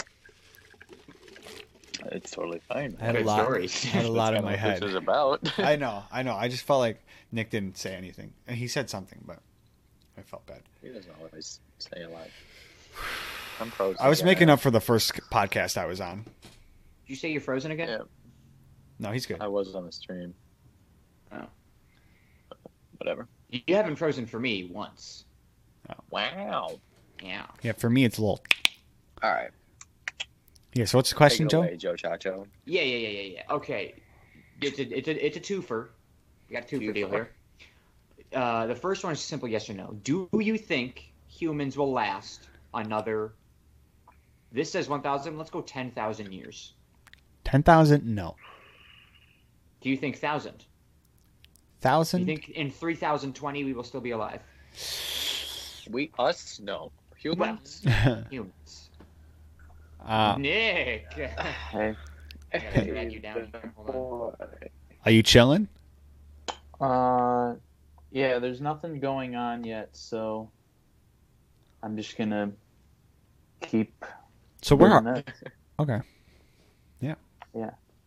Speaker 1: It's totally fine.
Speaker 4: I had a
Speaker 3: Good
Speaker 4: lot.
Speaker 3: story.
Speaker 4: I had a lot
Speaker 1: That's
Speaker 4: in my
Speaker 1: kinda what This is
Speaker 4: head.
Speaker 1: about.
Speaker 4: I know, I know. I just felt like Nick didn't say anything, and he said something, but I felt bad.
Speaker 1: he doesn't always stay alive. I'm frozen.
Speaker 4: I was
Speaker 1: again.
Speaker 4: making up for the first podcast I was on.
Speaker 3: Did you say you're frozen again?
Speaker 1: Yeah.
Speaker 4: No, he's good.
Speaker 1: I was on the stream.
Speaker 3: Oh.
Speaker 1: Whatever.
Speaker 3: You haven't frozen for me once.
Speaker 1: Wow.
Speaker 3: Yeah.
Speaker 4: Yeah, for me it's a little.
Speaker 1: All right.
Speaker 4: Yeah. So what's the
Speaker 1: Take
Speaker 4: question,
Speaker 1: it
Speaker 4: Joe?
Speaker 1: away, Joe Chacho.
Speaker 3: Yeah, yeah, yeah, yeah, yeah. Okay. It's a, it's a, it's a twofer. We got a twofer,
Speaker 1: Twofer.
Speaker 3: deal here. Uh, the first one is simple yes or no. Do you think humans will last another. This says 1,000. Let's go 10,000 years.
Speaker 4: Ten thousand? No.
Speaker 3: Do you think 1,000? Do you
Speaker 4: Thousand?
Speaker 3: think in 3020 we will still be alive?
Speaker 1: We us no humans.
Speaker 3: Humans.
Speaker 4: uh,
Speaker 3: Nick!
Speaker 1: Hey.
Speaker 3: I gotta drag you down here. Hold on.
Speaker 4: are you chilling?
Speaker 2: Uh, yeah, there's nothing going on yet, so I'm just gonna keep.
Speaker 4: So where
Speaker 2: doing
Speaker 4: are?
Speaker 2: this.
Speaker 4: Okay.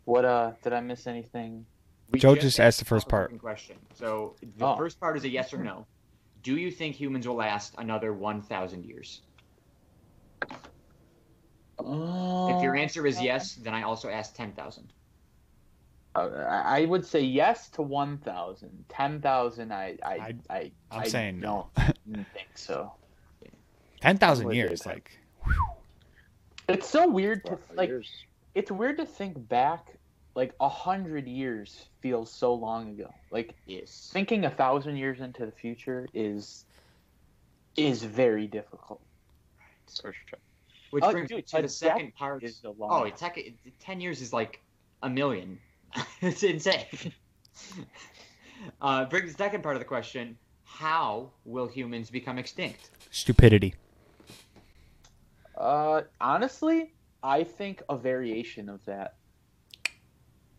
Speaker 2: What uh? Did I miss anything?
Speaker 3: We
Speaker 4: Joe just asked the
Speaker 3: a
Speaker 4: first part.
Speaker 3: fucking Question. So the
Speaker 2: Oh.
Speaker 3: first part is a yes or no. Do you think humans will last another 1,000 years? If your answer is yes, then I also asked 10,000.
Speaker 2: Uh, I I would say yes to 1,000. 10,000, I, I, I,
Speaker 4: I-
Speaker 2: I,
Speaker 4: I'm
Speaker 2: I
Speaker 4: saying no.
Speaker 2: don't think so.
Speaker 4: Ten thousand
Speaker 1: Wait,
Speaker 4: years?
Speaker 1: wait, wait.
Speaker 4: Like
Speaker 2: It's so weird to like. It's weird to think back. Like a hundred years feels so long ago. Like
Speaker 3: Yes.
Speaker 2: thinking a thousand years into the future is is very difficult.
Speaker 1: For sure.
Speaker 3: Which
Speaker 2: Oh,
Speaker 3: brings
Speaker 2: dude,
Speaker 3: me to
Speaker 2: a
Speaker 3: the
Speaker 2: decade
Speaker 3: second part.
Speaker 2: Is a long
Speaker 3: Oh, it's like, 10 years is like a million. it's insane. uh, brings the second part of the question: How will humans become extinct?
Speaker 4: Stupidity.
Speaker 2: Uh, honestly, I think a variation of that.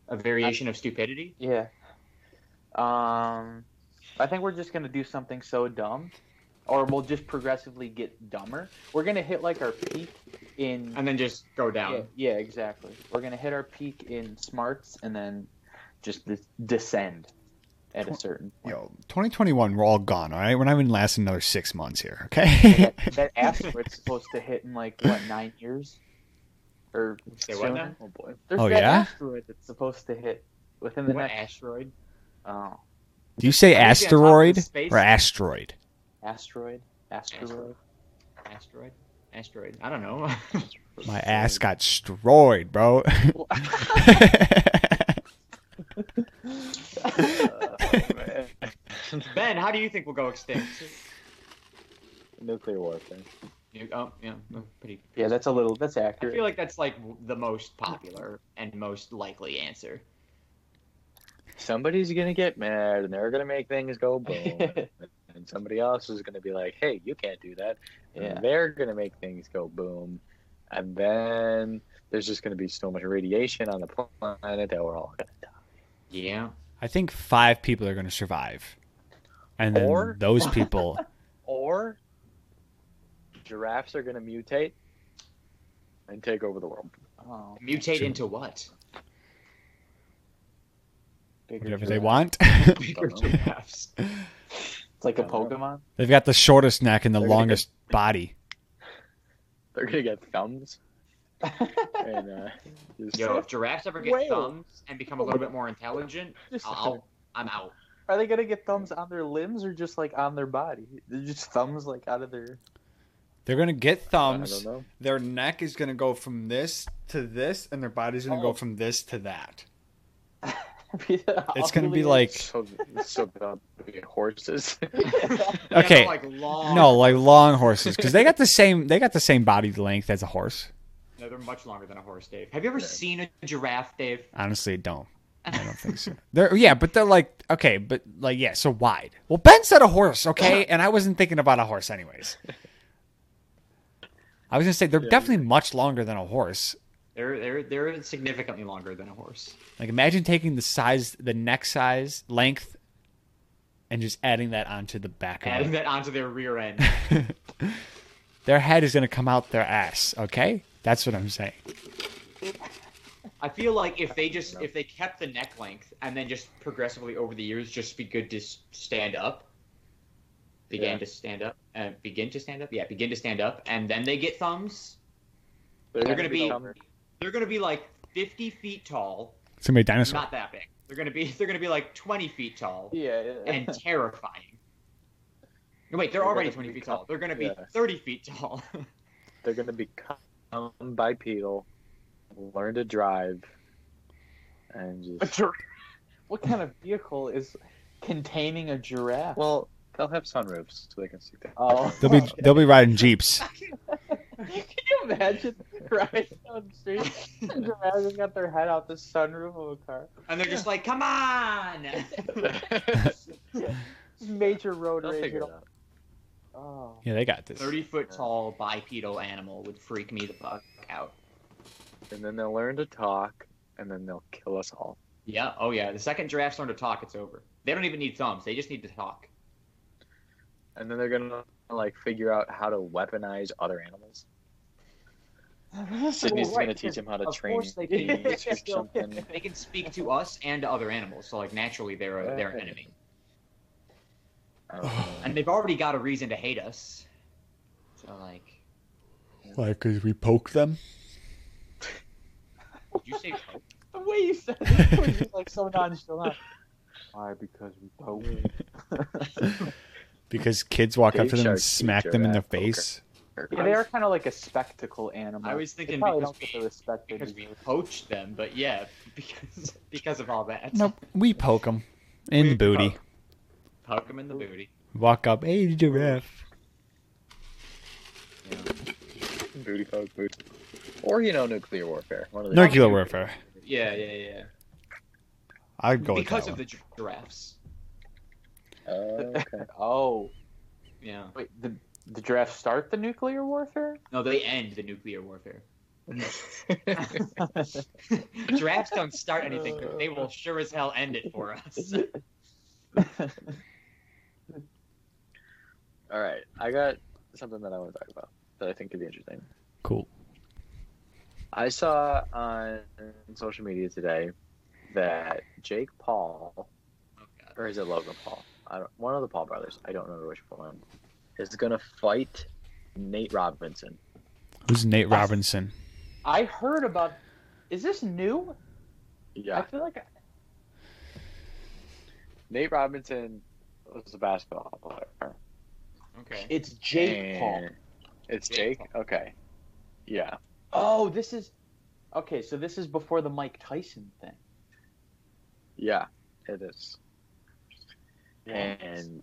Speaker 3: A variation of stupidity.
Speaker 2: Yeah. Um, I think we're just gonna do something so dumb, or we'll just progressively get dumber. We're gonna hit like our peak in.
Speaker 3: and then just go down.
Speaker 2: Yeah, yeah, exactly. We're gonna hit our peak in smarts and then just dis- descend at a certain.
Speaker 4: Yo, 2021, we're all gone. All right, we're not even lasting another six months here. Okay.
Speaker 2: That, that asteroid's supposed to hit in like what nine years, or
Speaker 3: Say what
Speaker 2: sooner?
Speaker 3: now?
Speaker 1: Oh boy.
Speaker 2: There's
Speaker 4: Oh,
Speaker 2: that
Speaker 4: yeah?
Speaker 2: asteroid that's supposed to hit within the
Speaker 3: What
Speaker 2: next
Speaker 3: asteroid?
Speaker 2: oh,
Speaker 4: Do you say
Speaker 3: Are we just gonna talk
Speaker 4: asteroid
Speaker 3: about space?
Speaker 4: or asteroid?
Speaker 2: asteroid. Asteroid.
Speaker 3: Asteroid? Asteroid? I don't know.
Speaker 4: My ass got destroyed, bro.
Speaker 3: ben, how do you think we'll go extinct?
Speaker 1: Nuclear warfare.
Speaker 3: You- Oh, yeah, pretty.
Speaker 2: Yeah, that's a little. That's
Speaker 3: I
Speaker 2: accurate.
Speaker 3: feel like that's like w- the most popular and most likely answer.
Speaker 1: Somebody's gonna get mad, and they're gonna make things go boom, and somebody else is gonna be like, "Hey, you can't do that." And
Speaker 2: Yeah.
Speaker 1: they're gonna make things go boom, and then there's just gonna be so much radiation on the planet that we're all gonna die.
Speaker 3: Yeah.
Speaker 4: I think five people are going to survive, and then
Speaker 1: Or-
Speaker 4: those people.
Speaker 1: Or giraffes are gonna mutate and take over the world.
Speaker 2: oh,
Speaker 3: Mutate
Speaker 4: True.
Speaker 3: into what?
Speaker 2: bigger
Speaker 4: Whatever
Speaker 2: giraffe.
Speaker 4: they want.
Speaker 3: Bigger
Speaker 1: Don't know.
Speaker 3: giraffes.
Speaker 2: It's like a
Speaker 1: I don't know.
Speaker 2: Pokemon.
Speaker 4: They've got the shortest neck and the
Speaker 1: They're gonna
Speaker 4: longest body.
Speaker 1: They're gonna get thumbs. and uh, just,
Speaker 3: Yo, if giraffes ever get
Speaker 2: Whale.
Speaker 3: thumbs and become a little bit more intelligent,
Speaker 2: Just-
Speaker 3: I'll, I'm out.
Speaker 2: Are they gonna get thumbs on their limbs or just like on their body? They're just thumbs like out of their.
Speaker 4: They're gonna get
Speaker 1: I
Speaker 4: thumbs.
Speaker 1: don't know.
Speaker 4: Their neck is gonna go from this to this, and their body's gonna
Speaker 2: Oh.
Speaker 4: go from this to that. It's
Speaker 2: it's
Speaker 4: gonna be like
Speaker 1: So, so they'll be horses.
Speaker 3: They have,
Speaker 4: Okay.
Speaker 3: Like
Speaker 1: Oh.
Speaker 3: long.
Speaker 4: no, like long horses, because they got the same. They got the same body length as a horse.
Speaker 3: No, they're much longer than a horse, Dave. Have you ever
Speaker 1: Yeah.
Speaker 3: seen a giraffe, Dave?
Speaker 4: Honestly, don't. I don't think so. They're yeah, but they're like okay, but like yeah, so wide. Well, Ben said a horse, okay, and I wasn't thinking about a horse anyways. I was gonna say they're
Speaker 1: Yeah.
Speaker 4: definitely much longer than a horse.
Speaker 3: They're they're they're significantly longer than a horse.
Speaker 4: Like imagine taking the size, the neck size, length, and just adding that onto the back of
Speaker 3: Adding
Speaker 4: it.
Speaker 3: that onto their rear end.
Speaker 4: Their head is gonna come out their ass. Okay, that's what I'm saying.
Speaker 3: I feel like if they just if they kept the neck length and then just progressively over the years just be good to s- stand up, began
Speaker 1: Yeah.
Speaker 3: to stand up and begin to stand up. Yeah, begin to stand up, and then they get thumbs. They're gonna be they're gonna be like fifty feet tall,
Speaker 4: It's gonna be a dinosaur.
Speaker 3: not that big. They're gonna be they're gonna be like twenty feet tall
Speaker 2: Yeah.
Speaker 3: and terrifying. No, Wait, they're
Speaker 1: They're
Speaker 3: already
Speaker 1: gonna
Speaker 3: twenty
Speaker 1: be
Speaker 3: feet
Speaker 1: com-
Speaker 3: tall. They're gonna be
Speaker 1: yeah.
Speaker 3: thirty feet tall.
Speaker 1: They're gonna become bipedal, learn to drive, and just
Speaker 2: what kind of vehicle is containing a giraffe?
Speaker 1: well, they'll have sunroofs so they can see that.
Speaker 2: oh,
Speaker 4: They'll be they'll be riding jeeps.
Speaker 2: Can you imagine riding down the street? and Giraffes got their head out the sunroof of a car.
Speaker 3: and they're just like, come on.
Speaker 2: Major road
Speaker 1: they'll
Speaker 2: rage.
Speaker 1: figure it out.
Speaker 2: Oh.
Speaker 4: Yeah, they got this.
Speaker 3: 30 foot tall bipedal animal would freak me the fuck out.
Speaker 1: And then they'll learn to talk, and then they'll kill us all.
Speaker 3: Yeah, oh yeah. The second giraffes learn to talk, it's over. They don't even need thumbs, they just need to talk.
Speaker 1: And then they're gonna like figure out how to weaponize other animals. Sydney's
Speaker 3: right,
Speaker 1: gonna teach them how to
Speaker 3: of
Speaker 1: train
Speaker 3: course they can.
Speaker 1: bees or something.
Speaker 3: They can speak to us and to other animals, so like naturally they're a, they're an
Speaker 1: Right.
Speaker 3: enemy.
Speaker 1: I don't know.
Speaker 3: And they've already got a reason to hate us. So like
Speaker 4: Why? Because we poke them.
Speaker 3: did you say poke?
Speaker 2: The way you said it was just like so nonchalant. Why? Because we poke.
Speaker 4: Because kids walk up
Speaker 1: Dave
Speaker 4: to them and
Speaker 1: Shark
Speaker 4: smack
Speaker 1: teacher
Speaker 4: them in the
Speaker 1: at poker.
Speaker 4: face.
Speaker 2: Yeah, they are kind of like a spectacle animal.
Speaker 3: I was
Speaker 2: They
Speaker 3: thinking
Speaker 2: probably
Speaker 3: because
Speaker 2: don't get
Speaker 3: we-
Speaker 2: the respect they
Speaker 3: Because we
Speaker 2: deserve.
Speaker 3: poached them, but yeah, because because of all that.
Speaker 4: Nope, we poke them in
Speaker 3: We
Speaker 4: the booty.
Speaker 3: poke. Poke them in the booty.
Speaker 4: Walk up, hey giraffe.
Speaker 1: Booty poke, booty. Or you know, nuclear warfare. One of the
Speaker 4: Nuclear warfare.
Speaker 3: Yeah, yeah, yeah.
Speaker 4: I'd go
Speaker 3: because
Speaker 4: with that
Speaker 3: of the gi- giraffes.
Speaker 1: Okay.
Speaker 2: Oh,
Speaker 3: Yeah.
Speaker 2: wait. The the draft start the nuclear warfare?
Speaker 3: No, they end the nuclear warfare. Giraffes don't start anything. but They
Speaker 1: Uh.
Speaker 3: will sure as hell end it for us. Oh,
Speaker 1: All right. I got something that I want to talk about that I think could be interesting.
Speaker 4: cool.
Speaker 1: I saw on social media today that Jake Paul,
Speaker 3: Oh, God.
Speaker 1: or is it Logan Paul? I don't, one of the Paul brothers, I don't remember which one, is going to fight Nate Robinson.
Speaker 4: Who's Nate Robinson?
Speaker 2: I heard about. Is this new? I
Speaker 1: Yeah.
Speaker 2: feel like
Speaker 1: Nate Robinson was a basketball player.
Speaker 3: Okay.
Speaker 2: it's Jake Paul.
Speaker 1: And It's
Speaker 3: Jake
Speaker 1: Jake? Okay. Yeah.
Speaker 2: Oh, this is. Okay, so this is before the Mike Tyson thing.
Speaker 1: Yeah, it is. And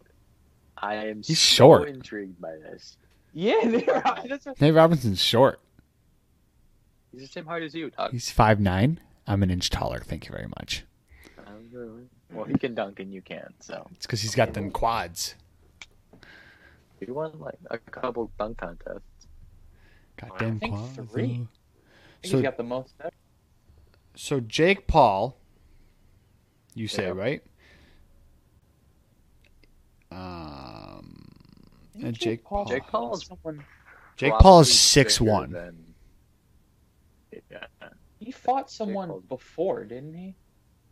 Speaker 1: I am
Speaker 4: He's
Speaker 1: so
Speaker 4: short.
Speaker 1: intrigued by this.
Speaker 2: Yeah, they are, that's right.
Speaker 4: Nate Robinson's short.
Speaker 1: He's the same height as you, Doug.
Speaker 4: He's five nine. I'm an inch taller. Thank you very much.
Speaker 1: Well, he can dunk and you can, so
Speaker 4: It's because he's got them quads.
Speaker 1: he won like a couple dunk contests.
Speaker 4: Got them
Speaker 2: think
Speaker 4: quads.
Speaker 2: three.
Speaker 4: though.
Speaker 2: I think
Speaker 4: So, uh,
Speaker 2: he's got the most.
Speaker 4: so Jake Paul, you say
Speaker 1: Yeah.
Speaker 4: right? Um, uh, Jake, Paul.
Speaker 1: Jake
Speaker 4: Jake,
Speaker 1: Paul is
Speaker 2: Someone,
Speaker 4: Paul is
Speaker 1: probably
Speaker 4: six
Speaker 1: bigger
Speaker 4: one.
Speaker 1: than- Yeah.
Speaker 2: he fought someone
Speaker 1: Paul.
Speaker 2: before, didn't he?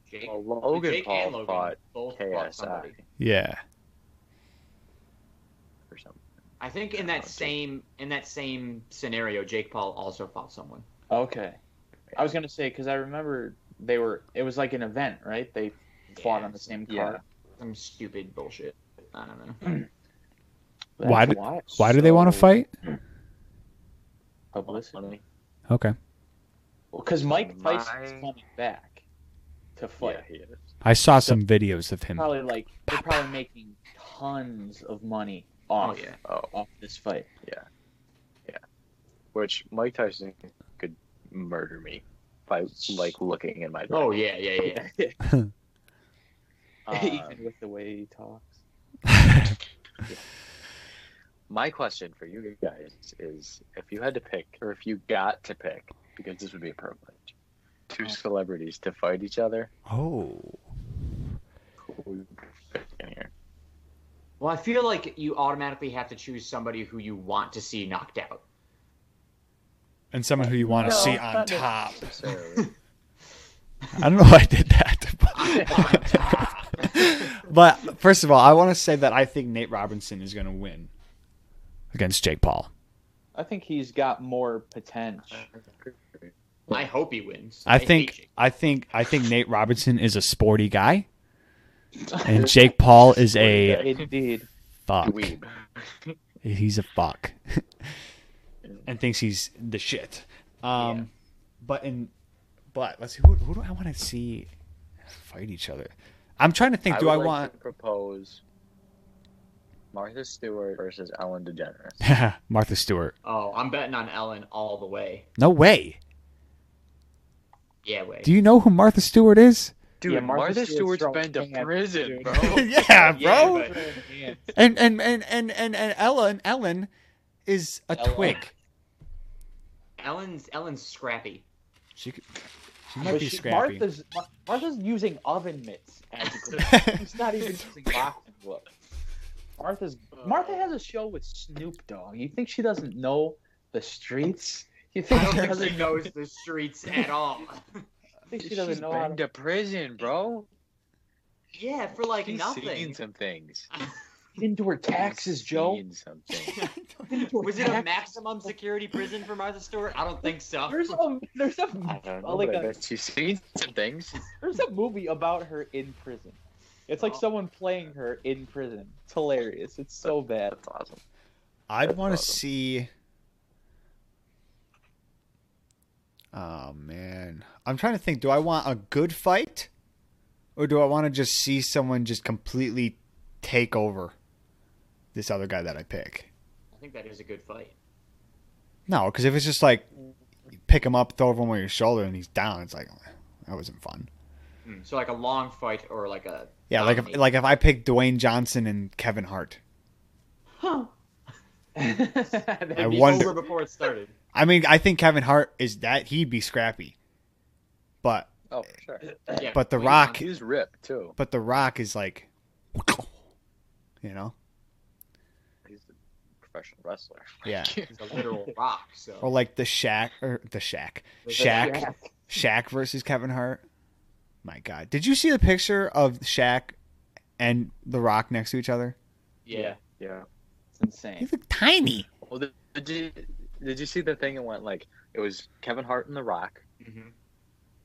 Speaker 3: Jake,
Speaker 1: Well, Logan
Speaker 3: Jake
Speaker 1: Paul
Speaker 3: and Logan
Speaker 1: fought
Speaker 3: both fought somebody.
Speaker 1: KSI
Speaker 4: Yeah.
Speaker 1: or something.
Speaker 3: I think in
Speaker 1: Oh,
Speaker 3: that
Speaker 1: Jake.
Speaker 3: same in that same scenario, Jake Paul also fought someone.
Speaker 2: Okay. I was gonna say because I remember they were. It was like an event, right? They fought
Speaker 3: Yeah,
Speaker 2: on the same
Speaker 1: yeah.
Speaker 2: card.
Speaker 3: Some stupid bullshit. I don't know.
Speaker 4: Why
Speaker 2: That's
Speaker 4: do- Why do they want to
Speaker 2: so
Speaker 4: fight?
Speaker 2: Publicity.
Speaker 4: Okay.
Speaker 2: Because Mike
Speaker 1: My-
Speaker 2: Tyson's coming back to fight.
Speaker 1: Yeah, he is.
Speaker 4: I saw some videos of him.
Speaker 2: Probably like they're probably making tons of money
Speaker 3: oh
Speaker 2: off
Speaker 3: yeah.
Speaker 1: Oh,
Speaker 2: off this fight.
Speaker 1: which Mike Tyson could murder me by like looking in my direction.
Speaker 3: Oh yeah, yeah, yeah.
Speaker 1: Um,
Speaker 2: Even with the way he talks.
Speaker 1: my question for you guys is if you had to pick, or if you got to pick, because this would be a privilege, two celebrities to fight each other,
Speaker 4: oh.
Speaker 1: who would you pick in here?
Speaker 3: Well, I feel like you automatically have to choose somebody who you want to see knocked out.
Speaker 4: And someone who you want to
Speaker 1: No,
Speaker 4: see on
Speaker 1: not
Speaker 4: top.
Speaker 1: necessarily.
Speaker 4: I don't know why I did that.
Speaker 3: On top.
Speaker 4: but- but first of all, I want to say that I think Nate Robinson is going to win against Jake Paul.
Speaker 2: I think he's got more potential.
Speaker 3: I hope he wins.
Speaker 4: I
Speaker 3: hate
Speaker 4: think
Speaker 3: Jake.
Speaker 4: I think I think Nate Robinson is a sporty guy, and Jake Paul is a
Speaker 2: Indeed.
Speaker 4: fuck.
Speaker 1: Dweeb.
Speaker 4: He's a fuck, and thinks he's the shit. Um,
Speaker 3: Yeah.
Speaker 4: but in but let's see who who do I want to see fight each other? I'm trying to think. do
Speaker 1: would
Speaker 4: I
Speaker 1: like
Speaker 4: want
Speaker 1: to propose Martha Stewart versus Ellen DeGeneres?
Speaker 4: Martha Stewart?
Speaker 3: Oh, I'm betting on Ellen all the way.
Speaker 4: No way.
Speaker 3: Yeah, way.
Speaker 4: Do you know who Martha Stewart is?
Speaker 1: Dude,
Speaker 2: Yeah, Martha
Speaker 1: Martha,
Speaker 2: Stewart's
Speaker 1: Stewart's been to
Speaker 2: throwing hands,
Speaker 1: prison,
Speaker 2: dude.
Speaker 1: bro.
Speaker 4: yeah,
Speaker 3: Yeah,
Speaker 4: bro.
Speaker 3: but-
Speaker 2: Oh,
Speaker 4: and, and and and and and Ellen Ellen is a
Speaker 2: Ellen.
Speaker 4: twig.
Speaker 3: Ellen's Ellen's scrappy.
Speaker 4: She could, she might
Speaker 2: But
Speaker 4: be
Speaker 2: she-
Speaker 4: scrappy.
Speaker 2: Martha's, Mar- Martha's using oven mitts as a glove. She's not even using boxing gloves. Martha's Martha has a show with Snoop Dogg. You think she doesn't know the streets? You think
Speaker 3: I
Speaker 2: she
Speaker 3: don't
Speaker 2: doesn't,
Speaker 3: think she knows the streets at all.
Speaker 2: you think she
Speaker 1: She's
Speaker 2: doesn't know how
Speaker 1: been
Speaker 2: to...
Speaker 1: to prison, bro.
Speaker 3: yeah, for like
Speaker 1: She's seen
Speaker 3: nothing.
Speaker 1: some things.
Speaker 2: into her taxes,
Speaker 1: She's
Speaker 2: Joe?
Speaker 1: Seen something.
Speaker 3: Was it a maximum security prison for Martha Stewart? I don't think so.
Speaker 2: There's a there's a oh,
Speaker 1: I don't know.
Speaker 2: like
Speaker 1: but I
Speaker 2: a-
Speaker 1: bet she's seen some things.
Speaker 2: there's a movie about her in prison. It's like
Speaker 3: Oh.
Speaker 2: someone playing her in prison. It's hilarious. It's so bad.
Speaker 1: That's awesome.
Speaker 4: I'd want to
Speaker 1: Awesome.
Speaker 4: see. Oh man, I'm trying to think. Do I want a good fight, or do I want to just see someone just completely take over this other guy that I pick?
Speaker 3: I think that is a good fight.
Speaker 4: No, because if it's just like you pick him up, throw him over your shoulder, and he's down, it's like, That wasn't fun.
Speaker 3: Mm, So like a long fight or like a
Speaker 4: Yeah, like if, like if I picked Dwayne Johnson and Kevin Hart.
Speaker 2: That'd
Speaker 4: I
Speaker 3: it'd be
Speaker 4: wonder-
Speaker 3: over before it started.
Speaker 4: I mean, I think Kevin Hart is that he'd be scrappy, but
Speaker 1: Oh, for sure.
Speaker 3: Yeah,
Speaker 4: But The
Speaker 3: Dwayne
Speaker 4: Rock-
Speaker 3: Johnson.
Speaker 1: He's ripped too.
Speaker 4: but The Rock is like, you know,
Speaker 1: He's a professional wrestler.
Speaker 4: yeah,
Speaker 3: He's a literal rock. So
Speaker 4: or like the Shaq or the Shaq,
Speaker 3: The
Speaker 4: Shaq, Shaq versus Kevin Hart. My God, did you see the picture of Shaq and The Rock next to each other?
Speaker 3: yeah,
Speaker 1: Yeah.
Speaker 2: It's insane.
Speaker 4: They look tiny.
Speaker 1: Well, did, did you did you see the thing? It went like it was Kevin Hart and The Rock,
Speaker 3: hmm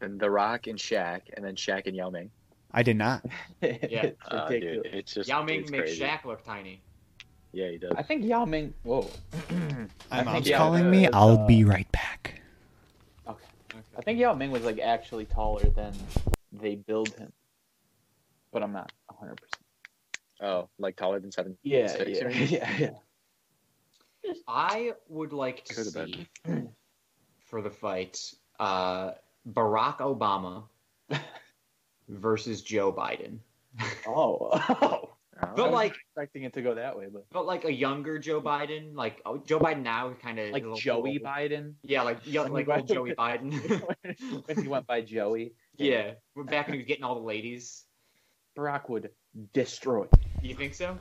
Speaker 1: and The Rock and Shaq, and then Shaq and Yao Ming.
Speaker 4: I did not.
Speaker 2: it's
Speaker 1: Uh, dude,
Speaker 2: ridiculous.
Speaker 1: it's just
Speaker 3: Yao Ming
Speaker 1: it's
Speaker 3: makes
Speaker 1: crazy.
Speaker 3: Shaq look tiny.
Speaker 1: Yeah, he does.
Speaker 2: I think Yao Ming. Whoa.
Speaker 4: My
Speaker 2: I
Speaker 4: mom's
Speaker 2: think, yeah,
Speaker 4: calling
Speaker 1: uh,
Speaker 4: me.
Speaker 1: it's,
Speaker 4: I'll
Speaker 2: uh,
Speaker 4: be right back.
Speaker 2: I think Yao Ming was like actually taller than they build him, but I'm not 100. percent
Speaker 1: Oh, like taller than seven. six, you mean?
Speaker 2: yeah, yeah.
Speaker 3: I would like to
Speaker 1: Could've
Speaker 3: see for the fight uh, Barack Obama versus Joe Biden,
Speaker 2: Oh,
Speaker 1: Oh,
Speaker 3: but like
Speaker 2: expecting it to go that way, but
Speaker 3: but like a younger Joe Biden, like oh, Joe Biden now kind of
Speaker 2: like Joey Biden
Speaker 3: Yeah, like young, like old Joey Biden.
Speaker 2: when he went by Joey.
Speaker 3: yeah, we're back when he was getting all the ladies.
Speaker 2: Brock would destroy.
Speaker 3: You think so?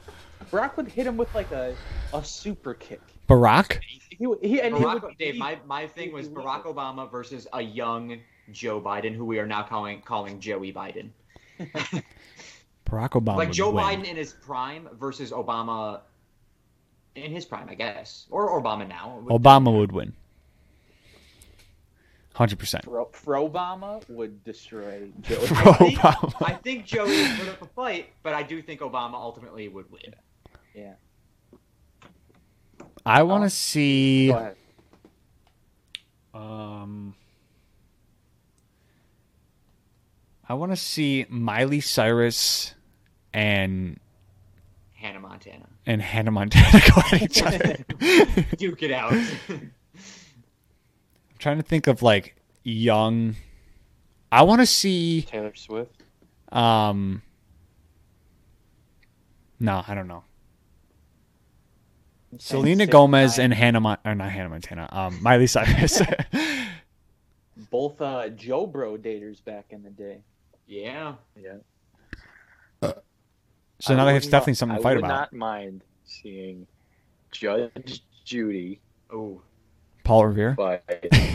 Speaker 2: Brock would hit him with like a a super kick.
Speaker 4: Barack.
Speaker 2: He, would- he and he
Speaker 3: Barack,
Speaker 2: would
Speaker 3: Dave,
Speaker 2: be-
Speaker 3: my, my thing was
Speaker 2: he would-
Speaker 3: Barack Obama versus a young Joe Biden, who we are now calling calling Joey Biden.
Speaker 4: Barack Obama.
Speaker 3: like
Speaker 4: would
Speaker 3: Joe
Speaker 4: win.
Speaker 3: Biden in his prime versus Obama in his prime, I guess, or Obama now.
Speaker 4: Obama would win. Hundred percent.
Speaker 2: Fro Frobama would destroy Joey.
Speaker 4: Bro,
Speaker 3: I think-
Speaker 4: Obama.
Speaker 3: I think Joey would put up a fight, but I do think Obama ultimately would win.
Speaker 4: I want to see.
Speaker 2: Go ahead.
Speaker 4: Um, I want to see Miley Cyrus and
Speaker 3: Hannah Montana,
Speaker 4: and Hannah Montana go at each other. I'm
Speaker 3: duke it out.
Speaker 4: trying to think of like young. I want to see.
Speaker 2: Taylor Swift.
Speaker 4: Um. No, I don't know. Selena
Speaker 2: Six
Speaker 4: Gomez
Speaker 2: nine.
Speaker 4: and Hannah, Mon- or not Hannah Montana. Um, Miley Cyrus.
Speaker 2: both uh, Joe Bro daters back in the day.
Speaker 3: yeah,
Speaker 4: so now
Speaker 1: I
Speaker 4: there's
Speaker 1: would
Speaker 4: definitely
Speaker 1: not-
Speaker 4: something to
Speaker 1: I
Speaker 4: fight
Speaker 1: would
Speaker 4: about.
Speaker 1: not mind seeing Judge Judy
Speaker 3: oh,
Speaker 4: Paul Revere.
Speaker 1: fight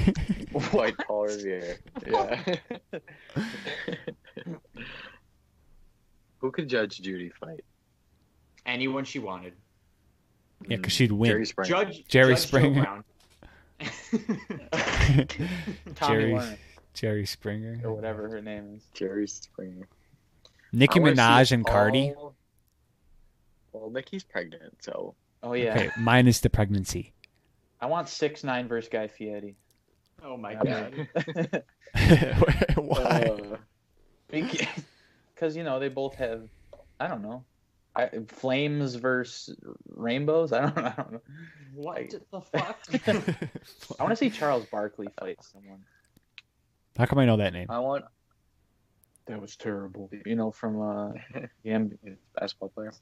Speaker 1: fight Paul Revere. Yeah. Who could Judge Judy fight?
Speaker 3: anyone she wanted.
Speaker 4: Yeah, because she'd
Speaker 1: Mm, Jerry
Speaker 4: win.
Speaker 1: Springer.
Speaker 3: Judge
Speaker 4: Jerry
Speaker 3: Judge Joe
Speaker 4: Springer.
Speaker 3: Brown.
Speaker 2: Tommy
Speaker 4: Jerry,
Speaker 2: Lerner,
Speaker 4: Jerry Springer.
Speaker 2: or whatever her name is.
Speaker 1: Jerry Springer.
Speaker 4: Nicki
Speaker 1: I wanna see Oh,
Speaker 4: Minaj and Cardi.
Speaker 1: all- Well, Nicki's pregnant, so
Speaker 2: Oh yeah,
Speaker 4: Okay, minus the pregnancy.
Speaker 2: I want six nine versus Guy Fieri.
Speaker 3: oh my
Speaker 2: Yeah.
Speaker 3: god.
Speaker 4: Why?
Speaker 1: Uh,
Speaker 2: Because you know they both have, I don't know, I, flames versus rainbows. I don't, I don't know.
Speaker 3: What the
Speaker 2: I
Speaker 3: fuck?
Speaker 2: want to see Charles Barkley fight someone.
Speaker 4: How come I know that name?
Speaker 1: I want
Speaker 2: That was terrible. You know, from uh, the NBA.
Speaker 1: basketball player.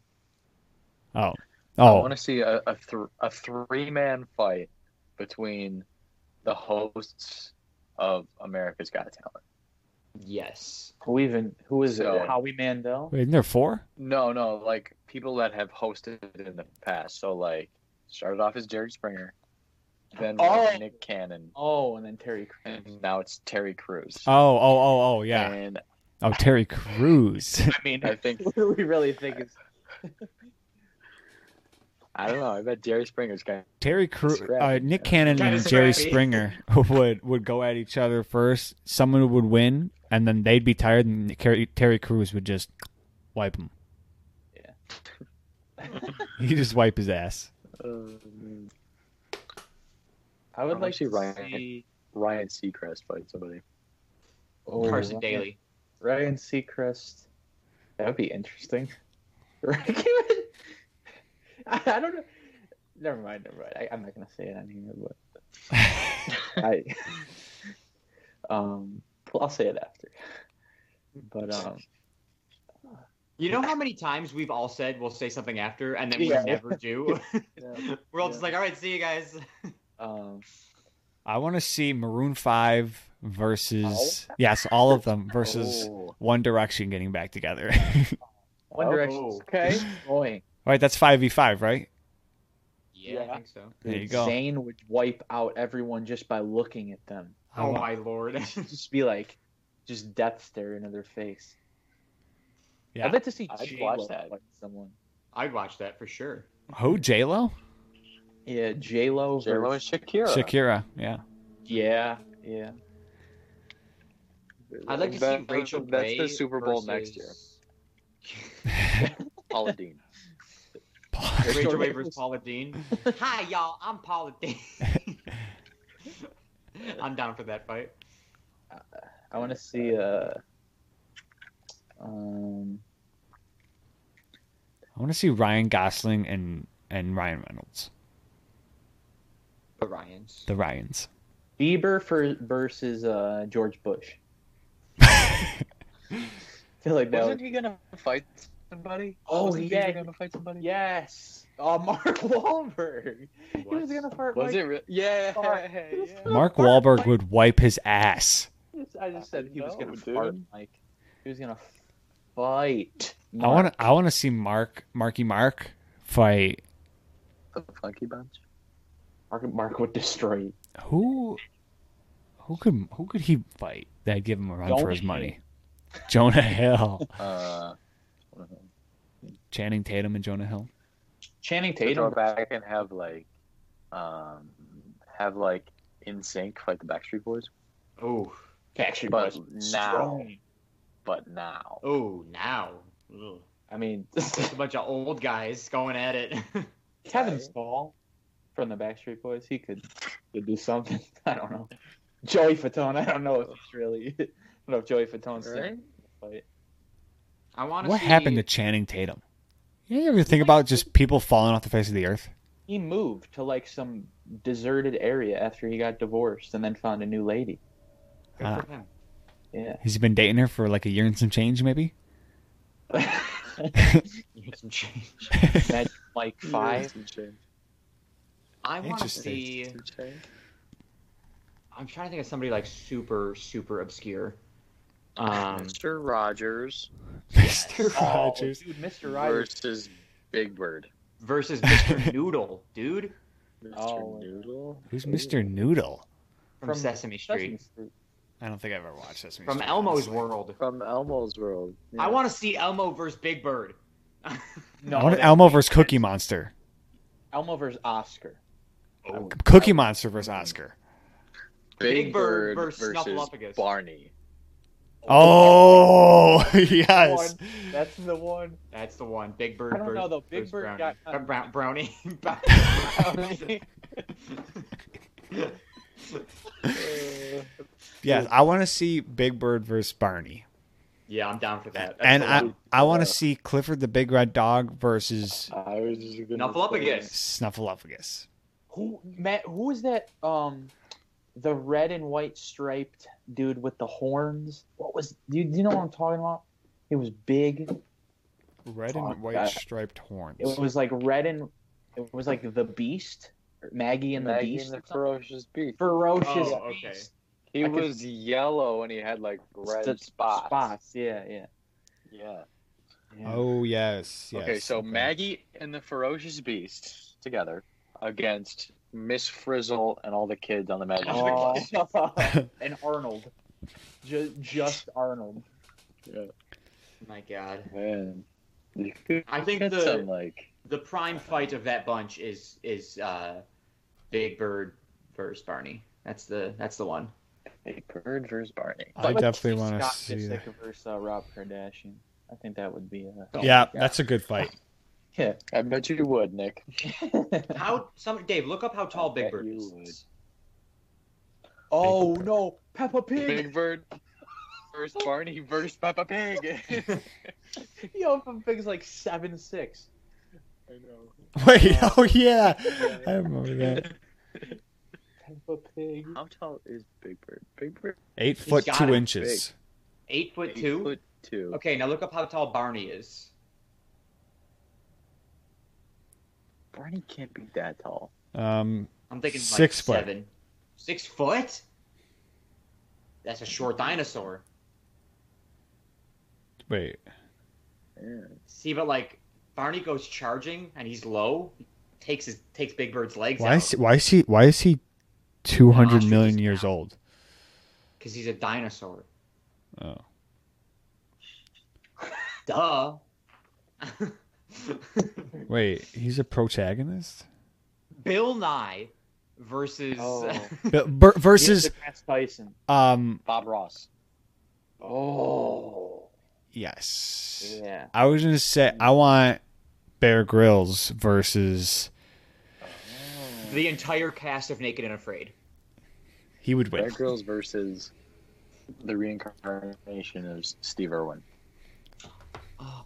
Speaker 4: Oh,
Speaker 1: I
Speaker 4: oh,
Speaker 1: want to see a a, th- a three man fight between the hosts of America's Got Talent.
Speaker 3: yes.
Speaker 2: who even who is
Speaker 1: So-
Speaker 2: it? Howie Mandel.
Speaker 4: wait, isn't there four?
Speaker 1: No, no, like people that have hosted in the past. So like started off as Jerry Springer, then
Speaker 2: Oh.
Speaker 1: Nick Cannon,
Speaker 2: Oh, and then Terry Crews.
Speaker 1: and now it's Terry Crews.
Speaker 4: Oh, oh, oh, oh, yeah.
Speaker 1: And
Speaker 4: Oh, Terry Crews.
Speaker 2: I mean,
Speaker 1: I think
Speaker 2: what do we really think is
Speaker 1: I don't know. I bet Jerry Springer's got
Speaker 4: Terry Crews, uh,
Speaker 1: Scrappy.
Speaker 4: Nick Cannon
Speaker 3: Kinda
Speaker 4: and Jerry
Speaker 3: scrappy.
Speaker 4: Springer would would go at each other first. Someone would win, and then they'd be tired, and Terry, Terry Crews would just wipe him.
Speaker 2: Yeah.
Speaker 4: he just wipe his ass.
Speaker 1: um,
Speaker 2: I would
Speaker 1: I'll
Speaker 2: like
Speaker 1: see
Speaker 2: to
Speaker 1: Ryan.
Speaker 2: see
Speaker 1: Ryan Seacrest fight somebody.
Speaker 2: oh,
Speaker 3: Carson
Speaker 2: Ryan-
Speaker 3: Daly.
Speaker 2: Ryan Seacrest. That would be interesting. I, I don't know. Never mind. Never mind. I, I'm not gonna say it on here, but I. um, well, I'll say it after. But um,
Speaker 3: You know how many times we've all said we'll say something after and then we
Speaker 2: Yeah.
Speaker 3: never do?
Speaker 2: yeah,
Speaker 3: We're all just
Speaker 2: Yeah.
Speaker 3: like, all right, see you guys.
Speaker 2: um,
Speaker 4: I want to see Maroon Five versus yes, all of them versus
Speaker 1: Oh,
Speaker 4: One Direction getting back together.
Speaker 1: One
Speaker 2: oh,
Speaker 1: Direction's
Speaker 2: Okay,
Speaker 1: Going.
Speaker 4: All right, that's five v five, right?
Speaker 3: Yeah, I
Speaker 2: Yeah.
Speaker 3: think so.
Speaker 4: There you go.
Speaker 2: Zane would wipe out everyone just by looking at them.
Speaker 4: I
Speaker 3: Oh
Speaker 4: want-
Speaker 3: my lord.
Speaker 2: Just be like, just death stare into their face.
Speaker 4: Yeah.
Speaker 2: I'd like to see
Speaker 1: I'd
Speaker 2: Jay
Speaker 1: watch
Speaker 2: watch
Speaker 1: that.
Speaker 2: someone.
Speaker 3: I'd watch that for sure.
Speaker 4: Who J Lo?
Speaker 2: Yeah, J Lo.
Speaker 1: J Lo and Shakira.
Speaker 4: Shakira. Yeah.
Speaker 2: Yeah, yeah.
Speaker 3: I'd like to
Speaker 1: That-
Speaker 3: see Rachel
Speaker 1: That's
Speaker 3: Ray
Speaker 1: the Super Bowl next year.
Speaker 3: versus-
Speaker 1: Paula Dean.
Speaker 3: Rachel Ray versus Paula Dean. Hi, y'all. I'm Paula Dean. I'm down for that fight.
Speaker 2: I want to see uh, um,
Speaker 4: I want to see Ryan Gosling and and Ryan Reynolds,
Speaker 3: The Ryans.
Speaker 4: the Ryans.
Speaker 2: Bieber for versus uh George Bush. I feel like that.
Speaker 1: Wasn't
Speaker 2: would-
Speaker 1: he gonna fight somebody?
Speaker 2: Oh,
Speaker 1: Wasn't
Speaker 2: yeah.
Speaker 1: Bieber gonna fight somebody.
Speaker 2: Yes. Oh, Mark Wahlberg. He
Speaker 3: What?
Speaker 2: was gonna fart.
Speaker 1: Was
Speaker 2: Mike.
Speaker 1: it? Re- yeah.
Speaker 2: Fuck.
Speaker 1: yeah.
Speaker 4: Mark Wahlberg would wipe his ass.
Speaker 2: I just said he was
Speaker 1: No,
Speaker 2: gonna
Speaker 1: dude.
Speaker 2: fart. Like he was gonna fight.
Speaker 4: I want to. I want to see Mark Marky Mark fight
Speaker 1: The Funky Bunch.
Speaker 2: Mark, Mark would destroy. you.
Speaker 4: who? Who could who could he fight that'd give him a run for
Speaker 2: Jonah
Speaker 4: his money? Jonah Hill,
Speaker 1: Uh,
Speaker 4: Channing Tatum, and Jonah Hill.
Speaker 2: Channing
Speaker 1: they go
Speaker 2: Tatum.
Speaker 1: back and have like, um, have like in sync fight the Backstreet Boys,
Speaker 3: Oh,
Speaker 2: Actually,
Speaker 1: but
Speaker 2: was
Speaker 1: now,
Speaker 2: strong.
Speaker 1: but now.
Speaker 3: oh, now. Ugh.
Speaker 2: I mean,
Speaker 3: Just a bunch of old guys going at it.
Speaker 2: Kevin Spall from the Backstreet Boys. He could could do something. I don't know. Joey Fatone. I don't know if it's really. I don't know if Joey Fatone's still in the fight.
Speaker 3: I want to.
Speaker 4: What happened to Channing Tatum? You ever think about just people falling off the face of the earth?
Speaker 2: He moved to like some deserted area after he got divorced, and then found a new lady.
Speaker 4: Ah,
Speaker 2: Yeah.
Speaker 4: has he been dating her for like a year and some change, maybe?
Speaker 3: some change.
Speaker 2: Imagine, like five.
Speaker 3: I want to
Speaker 4: Interesting.
Speaker 3: see. I'm trying to think of somebody like super, super obscure. Um,
Speaker 1: Mr. Rogers
Speaker 4: Mr.
Speaker 2: Oh,
Speaker 4: Rogers.
Speaker 2: dude, Mr. Rogers.
Speaker 1: versus Big Bird.
Speaker 3: versus Mr. Noodle, dude,
Speaker 1: Mr.
Speaker 2: Oh.
Speaker 1: Noodle.
Speaker 4: Who's Mr. Noodle?
Speaker 3: from,
Speaker 2: From
Speaker 3: Sesame Street,
Speaker 2: Sesame Street.
Speaker 4: I don't think I've ever watched this.
Speaker 3: from Elmo's World.
Speaker 1: From Elmo's World.
Speaker 3: I want to see Elmo versus Big Bird.
Speaker 4: I want
Speaker 2: that-
Speaker 4: Elmo versus Cookie Monster.
Speaker 2: Elmo versus Oscar.
Speaker 3: Oh,
Speaker 4: Cookie Monster versus Oscar.
Speaker 1: Big,
Speaker 3: Big Bird
Speaker 1: Bird,
Speaker 3: versus
Speaker 1: versus,
Speaker 3: Snuffleupagus.
Speaker 1: Barney.
Speaker 4: Oh yes.
Speaker 2: One. That's the one.
Speaker 3: that's the one. Big Bird.
Speaker 2: I don't
Speaker 3: versus,
Speaker 2: know, though. Big
Speaker 3: versus
Speaker 2: Bird
Speaker 3: Brownie.
Speaker 2: got-
Speaker 3: Uh, Brown- brownie.
Speaker 2: Brownie.
Speaker 1: Uh,
Speaker 4: Yes, I want to see Big Bird versus Barney,
Speaker 3: yeah, I'm down for that. That's
Speaker 4: and
Speaker 3: the
Speaker 4: I
Speaker 3: one.
Speaker 4: I want to see Clifford the Big Red Dog
Speaker 3: Uh,
Speaker 4: versus
Speaker 1: I was just gonna
Speaker 3: Snuffleupagus.
Speaker 4: Snuffleupagus.
Speaker 2: Who Matt? Who is that? Um, the red and white striped dude with the horns. What was? Do you, do you know what I'm talking about? It was big.
Speaker 4: Red
Speaker 2: and
Speaker 4: and
Speaker 2: Fuck,
Speaker 4: white
Speaker 2: white that-
Speaker 4: striped horns.
Speaker 2: It was like red and. It was like the Beast, or Maggie and the
Speaker 1: Maggie
Speaker 2: Beast,
Speaker 1: and the
Speaker 2: or something.
Speaker 1: ferocious beast.
Speaker 2: ferocious
Speaker 3: Oh, okay.
Speaker 2: Beast.
Speaker 1: He
Speaker 2: I could-
Speaker 1: was yellow and he had like red
Speaker 2: The
Speaker 1: spots.
Speaker 2: Spots. Yeah, yeah.
Speaker 1: Yeah.
Speaker 2: yeah.
Speaker 4: Oh yes. yes.
Speaker 1: Okay, so Maggie and the ferocious beast together against Miss Frizzle and all the kids on the Magic School
Speaker 2: Oh.
Speaker 1: Bus.
Speaker 2: and Arnold, just, just Arnold.
Speaker 3: My God.
Speaker 1: Man, you could
Speaker 3: I think
Speaker 1: get
Speaker 3: the-
Speaker 1: some, like
Speaker 3: the prime fight of that bunch is is uh, Big Bird versus Barney. That's the that's the one.
Speaker 1: Big Bird versus Barney.
Speaker 4: I definitely want to
Speaker 2: Scott
Speaker 4: see.
Speaker 2: Disick
Speaker 4: That.
Speaker 2: versus uh, Rob Kardashian. I think that would be a
Speaker 1: Oh.
Speaker 4: Yeah, that's a good fight.
Speaker 2: yeah.
Speaker 1: I bet you would, Nick.
Speaker 3: How some Dave, look up how tall
Speaker 1: I
Speaker 3: Big
Speaker 1: bet
Speaker 3: Bird
Speaker 1: you
Speaker 3: is.
Speaker 2: Oh no, Peppa Pig!
Speaker 1: Big Bird versus Barney versus Peppa Pig.
Speaker 2: Yo, Peppa Pig's like seven six.
Speaker 1: I know.
Speaker 4: Wait, oh yeah, I remember that.
Speaker 2: Peppa Pig.
Speaker 1: How tall is Big Bird? Big Bird
Speaker 4: Eight
Speaker 3: He's
Speaker 4: foot
Speaker 3: got
Speaker 4: two
Speaker 3: it
Speaker 4: inches.
Speaker 3: Eight foot
Speaker 1: eight
Speaker 3: two.
Speaker 1: foot two.
Speaker 3: Okay, now look up how tall Barney is.
Speaker 1: Barney can't be that tall.
Speaker 4: Um,
Speaker 3: I'm thinking
Speaker 4: Six
Speaker 3: six
Speaker 4: foot.
Speaker 3: like seven. Six foot? That's a short dinosaur.
Speaker 4: wait.
Speaker 1: Yeah.
Speaker 3: See, but like Barney goes charging and he's low, takes his takes Big Bird's legs
Speaker 4: Why is
Speaker 3: out
Speaker 4: why is he why is he two hundred million years old?
Speaker 3: because he's a dinosaur.
Speaker 4: Oh.
Speaker 3: Duh.
Speaker 4: Wait, he's a protagonist.
Speaker 3: Bill Nye versus
Speaker 2: Oh.
Speaker 4: B- ber-
Speaker 2: Yeah,
Speaker 4: versus
Speaker 2: Grass Tyson.
Speaker 4: um
Speaker 1: Bob Ross.
Speaker 2: Oh,
Speaker 4: yes.
Speaker 2: yeah.
Speaker 4: I was gonna say I want Bear Grylls versus
Speaker 3: the entire cast of Naked and Afraid.
Speaker 4: he would
Speaker 1: Bear
Speaker 4: win.
Speaker 1: Grylls versus the reincarnation of Steve Irwin.
Speaker 3: Oh.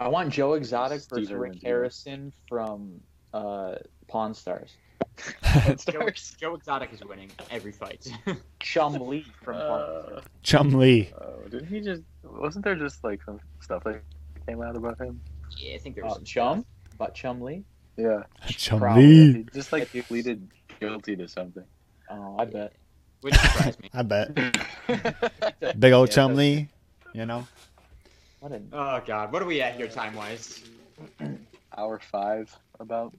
Speaker 2: I want Joe Exotic versus
Speaker 1: Steve Irwin,
Speaker 2: Rick
Speaker 1: dude.
Speaker 2: Harrison from uh, Pawn Stars.
Speaker 3: Joe, Joe Exotic is winning every fight.
Speaker 2: Chum Lee from Pawn
Speaker 1: Uh,
Speaker 2: Stars.
Speaker 4: Chum Lee.
Speaker 1: oh, didn't he just? Wasn't there just like some stuff that came out about him?
Speaker 3: yeah, I think
Speaker 4: Oh,
Speaker 3: there was
Speaker 2: Uh,
Speaker 3: some
Speaker 2: Chum, but Chum Lee.
Speaker 1: Yeah,
Speaker 4: Chum
Speaker 2: Probably.
Speaker 4: Lee.
Speaker 1: he just like pleaded guilty to something.
Speaker 2: Oh, I bet.
Speaker 3: Which surprised me.
Speaker 4: I bet.
Speaker 1: I
Speaker 4: Big old
Speaker 1: Yeah,
Speaker 4: Chum
Speaker 1: that's-
Speaker 4: Lee. You know?
Speaker 2: What a
Speaker 3: Oh god, what are we at here time wise?
Speaker 1: Hour five about.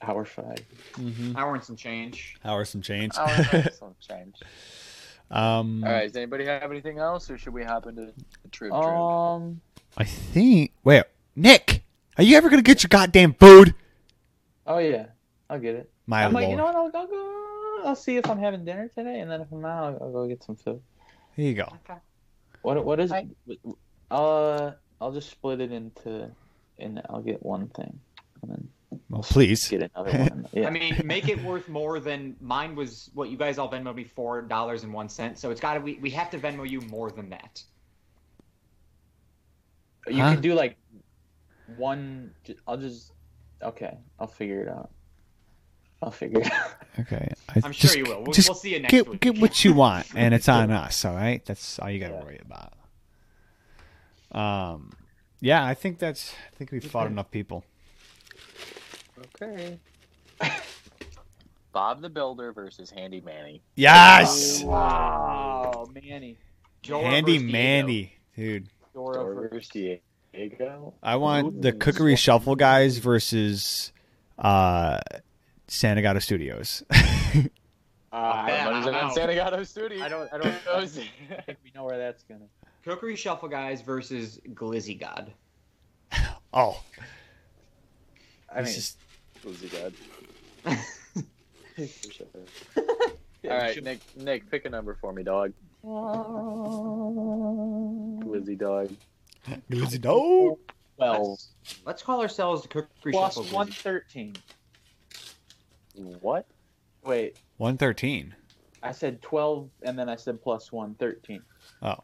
Speaker 2: hour five.
Speaker 4: Mm-hmm.
Speaker 3: Hour and some change.
Speaker 4: Hour some change.
Speaker 1: Hour five, some change.
Speaker 4: um
Speaker 1: All right. Does anybody have anything else, or should we hop into the trip?
Speaker 2: Um,
Speaker 4: I think wait, Nick, are you ever gonna get your goddamn food?
Speaker 2: oh yeah, I'll get it.
Speaker 4: My
Speaker 2: I'm
Speaker 4: lord.
Speaker 2: like, you know what? I'll, I'll go. I'll see if I'm having dinner today, and then if I'm not, I'll, I'll go get some food.
Speaker 4: Here you go.
Speaker 3: Okay.
Speaker 2: What? What is? Uh, I'll just split it into, and I'll get one thing, and then
Speaker 4: Well please.
Speaker 2: get another one. Yeah.
Speaker 3: I mean, make it worth more than mine was. What you guys all Venmo me four dollars and one cent. So it's got to we we have to Venmo you more than that.
Speaker 2: You
Speaker 4: Huh?
Speaker 2: could do like one. ju- I'll just. Okay, I'll figure it out. I'll figure it out.
Speaker 4: Okay. I
Speaker 3: I'm
Speaker 4: just-
Speaker 3: sure you will. We'll,
Speaker 4: just
Speaker 3: we'll see you next
Speaker 4: get
Speaker 3: week.
Speaker 4: get what you want, and it's on uh, us. All right, that's all you got to worry about. Um, yeah, I think that's. I think we've fought enough people.
Speaker 1: Okay. Bob the Builder versus Handy Manny.
Speaker 4: Yes,
Speaker 2: Wow, Manny.
Speaker 3: Dora
Speaker 4: Handy
Speaker 3: versus Diego.
Speaker 4: Mandy, dude.
Speaker 2: Dora
Speaker 1: Dora
Speaker 2: versus-
Speaker 1: versus Diego.
Speaker 4: I want the Cookery Shuffle guys versus uh, Santa Gato Studios.
Speaker 2: Ah,
Speaker 3: Yeah,
Speaker 1: Money's
Speaker 3: I
Speaker 1: on
Speaker 3: know.
Speaker 1: Santa Gato Studio.
Speaker 2: I don't. I don't. I think we know where that's gonna.
Speaker 3: Cookery Shuffle guys versus Glizzy God.
Speaker 4: Oh,
Speaker 2: I mean,
Speaker 4: this is-
Speaker 1: Was he dead?
Speaker 2: Yeah,
Speaker 1: All
Speaker 2: we
Speaker 1: right,
Speaker 2: should-
Speaker 1: Nick. Nick, pick a number for me, dog. Glizzy dog.
Speaker 4: Glizzy Dog.
Speaker 2: twelve
Speaker 3: Let's, let's call ourselves the Cookery
Speaker 2: plus
Speaker 3: Shuffle.
Speaker 2: one
Speaker 3: Glizzy.
Speaker 2: thirteen.
Speaker 1: What?
Speaker 2: Wait,
Speaker 4: one thirteen.
Speaker 2: I said twelve, and then I said plus one thirteen.
Speaker 3: Oh.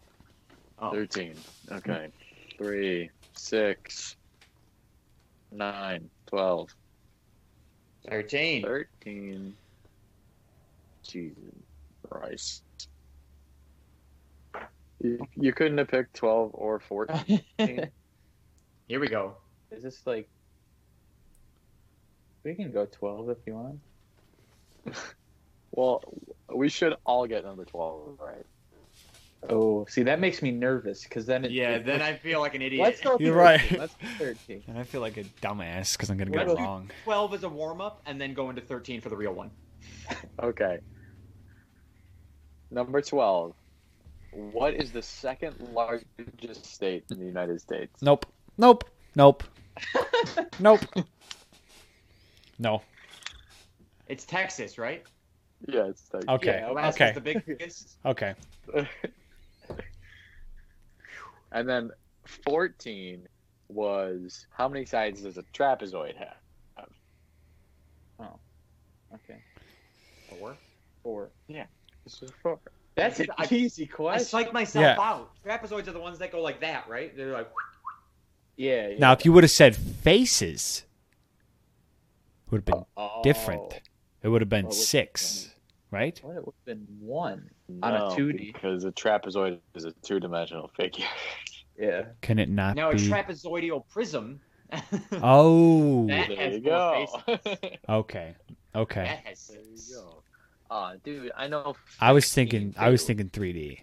Speaker 1: Thirteen. Okay.
Speaker 2: Hmm.
Speaker 1: Three, six, nine, twelve,
Speaker 3: 13.
Speaker 1: thirteen. Jesus Christ. You, you couldn't have picked twelve or fourteen.
Speaker 2: Is
Speaker 3: Here we go.
Speaker 2: this like? We can go twelve if you want.
Speaker 1: Well, we should all get number twelve right.
Speaker 2: Oh, see, that makes me nervous because then it.
Speaker 3: Yeah, then I feel like an idiot.
Speaker 2: Let's go.
Speaker 4: You're
Speaker 2: 13.
Speaker 4: right.
Speaker 2: Let's go thirteen.
Speaker 4: And I feel like a dumbass because I'm gonna get it
Speaker 3: Let's do
Speaker 4: wrong.
Speaker 3: 12 as a warm up and then go into 13 for the real one.
Speaker 1: Okay. Number 12. What is the second largest state in the United States?
Speaker 4: Nope. Nope. Nope. nope. No.
Speaker 3: It's Texas, right?
Speaker 1: Yeah, it's like,
Speaker 4: Okay.
Speaker 2: Yeah,
Speaker 3: Alaska's
Speaker 4: okay.
Speaker 3: the biggest.
Speaker 4: Okay.
Speaker 1: And then 14 was how many sides does a trapezoid have?
Speaker 2: Okay.
Speaker 3: Four.
Speaker 2: Four.
Speaker 1: This is four.
Speaker 2: That's an
Speaker 3: I-
Speaker 2: easy
Speaker 3: I
Speaker 2: question.
Speaker 3: psych myself
Speaker 4: Yeah.
Speaker 3: out. Trapezoids are the ones that go like that, right? They're like,
Speaker 2: yeah, yeah.
Speaker 4: Now, if you would have said faces, it would have been
Speaker 1: Oh,
Speaker 4: different. It would have been
Speaker 1: What was-
Speaker 4: six, right?
Speaker 2: What it would have been one.
Speaker 1: no,
Speaker 2: On a 2D.
Speaker 1: Because a trapezoid is a two dimensional figure. Yeah.
Speaker 4: Can it not
Speaker 3: Now a
Speaker 4: be?
Speaker 3: trapezoidal prism.
Speaker 4: oh,
Speaker 3: That
Speaker 1: There
Speaker 3: has
Speaker 1: you
Speaker 3: four
Speaker 1: go.
Speaker 4: okay, okay.
Speaker 3: That has
Speaker 5: There you
Speaker 3: six.
Speaker 5: go.
Speaker 1: Aw, Ah, dude, I know.
Speaker 4: I was thinking, I was
Speaker 1: 52.
Speaker 4: thinking 3D.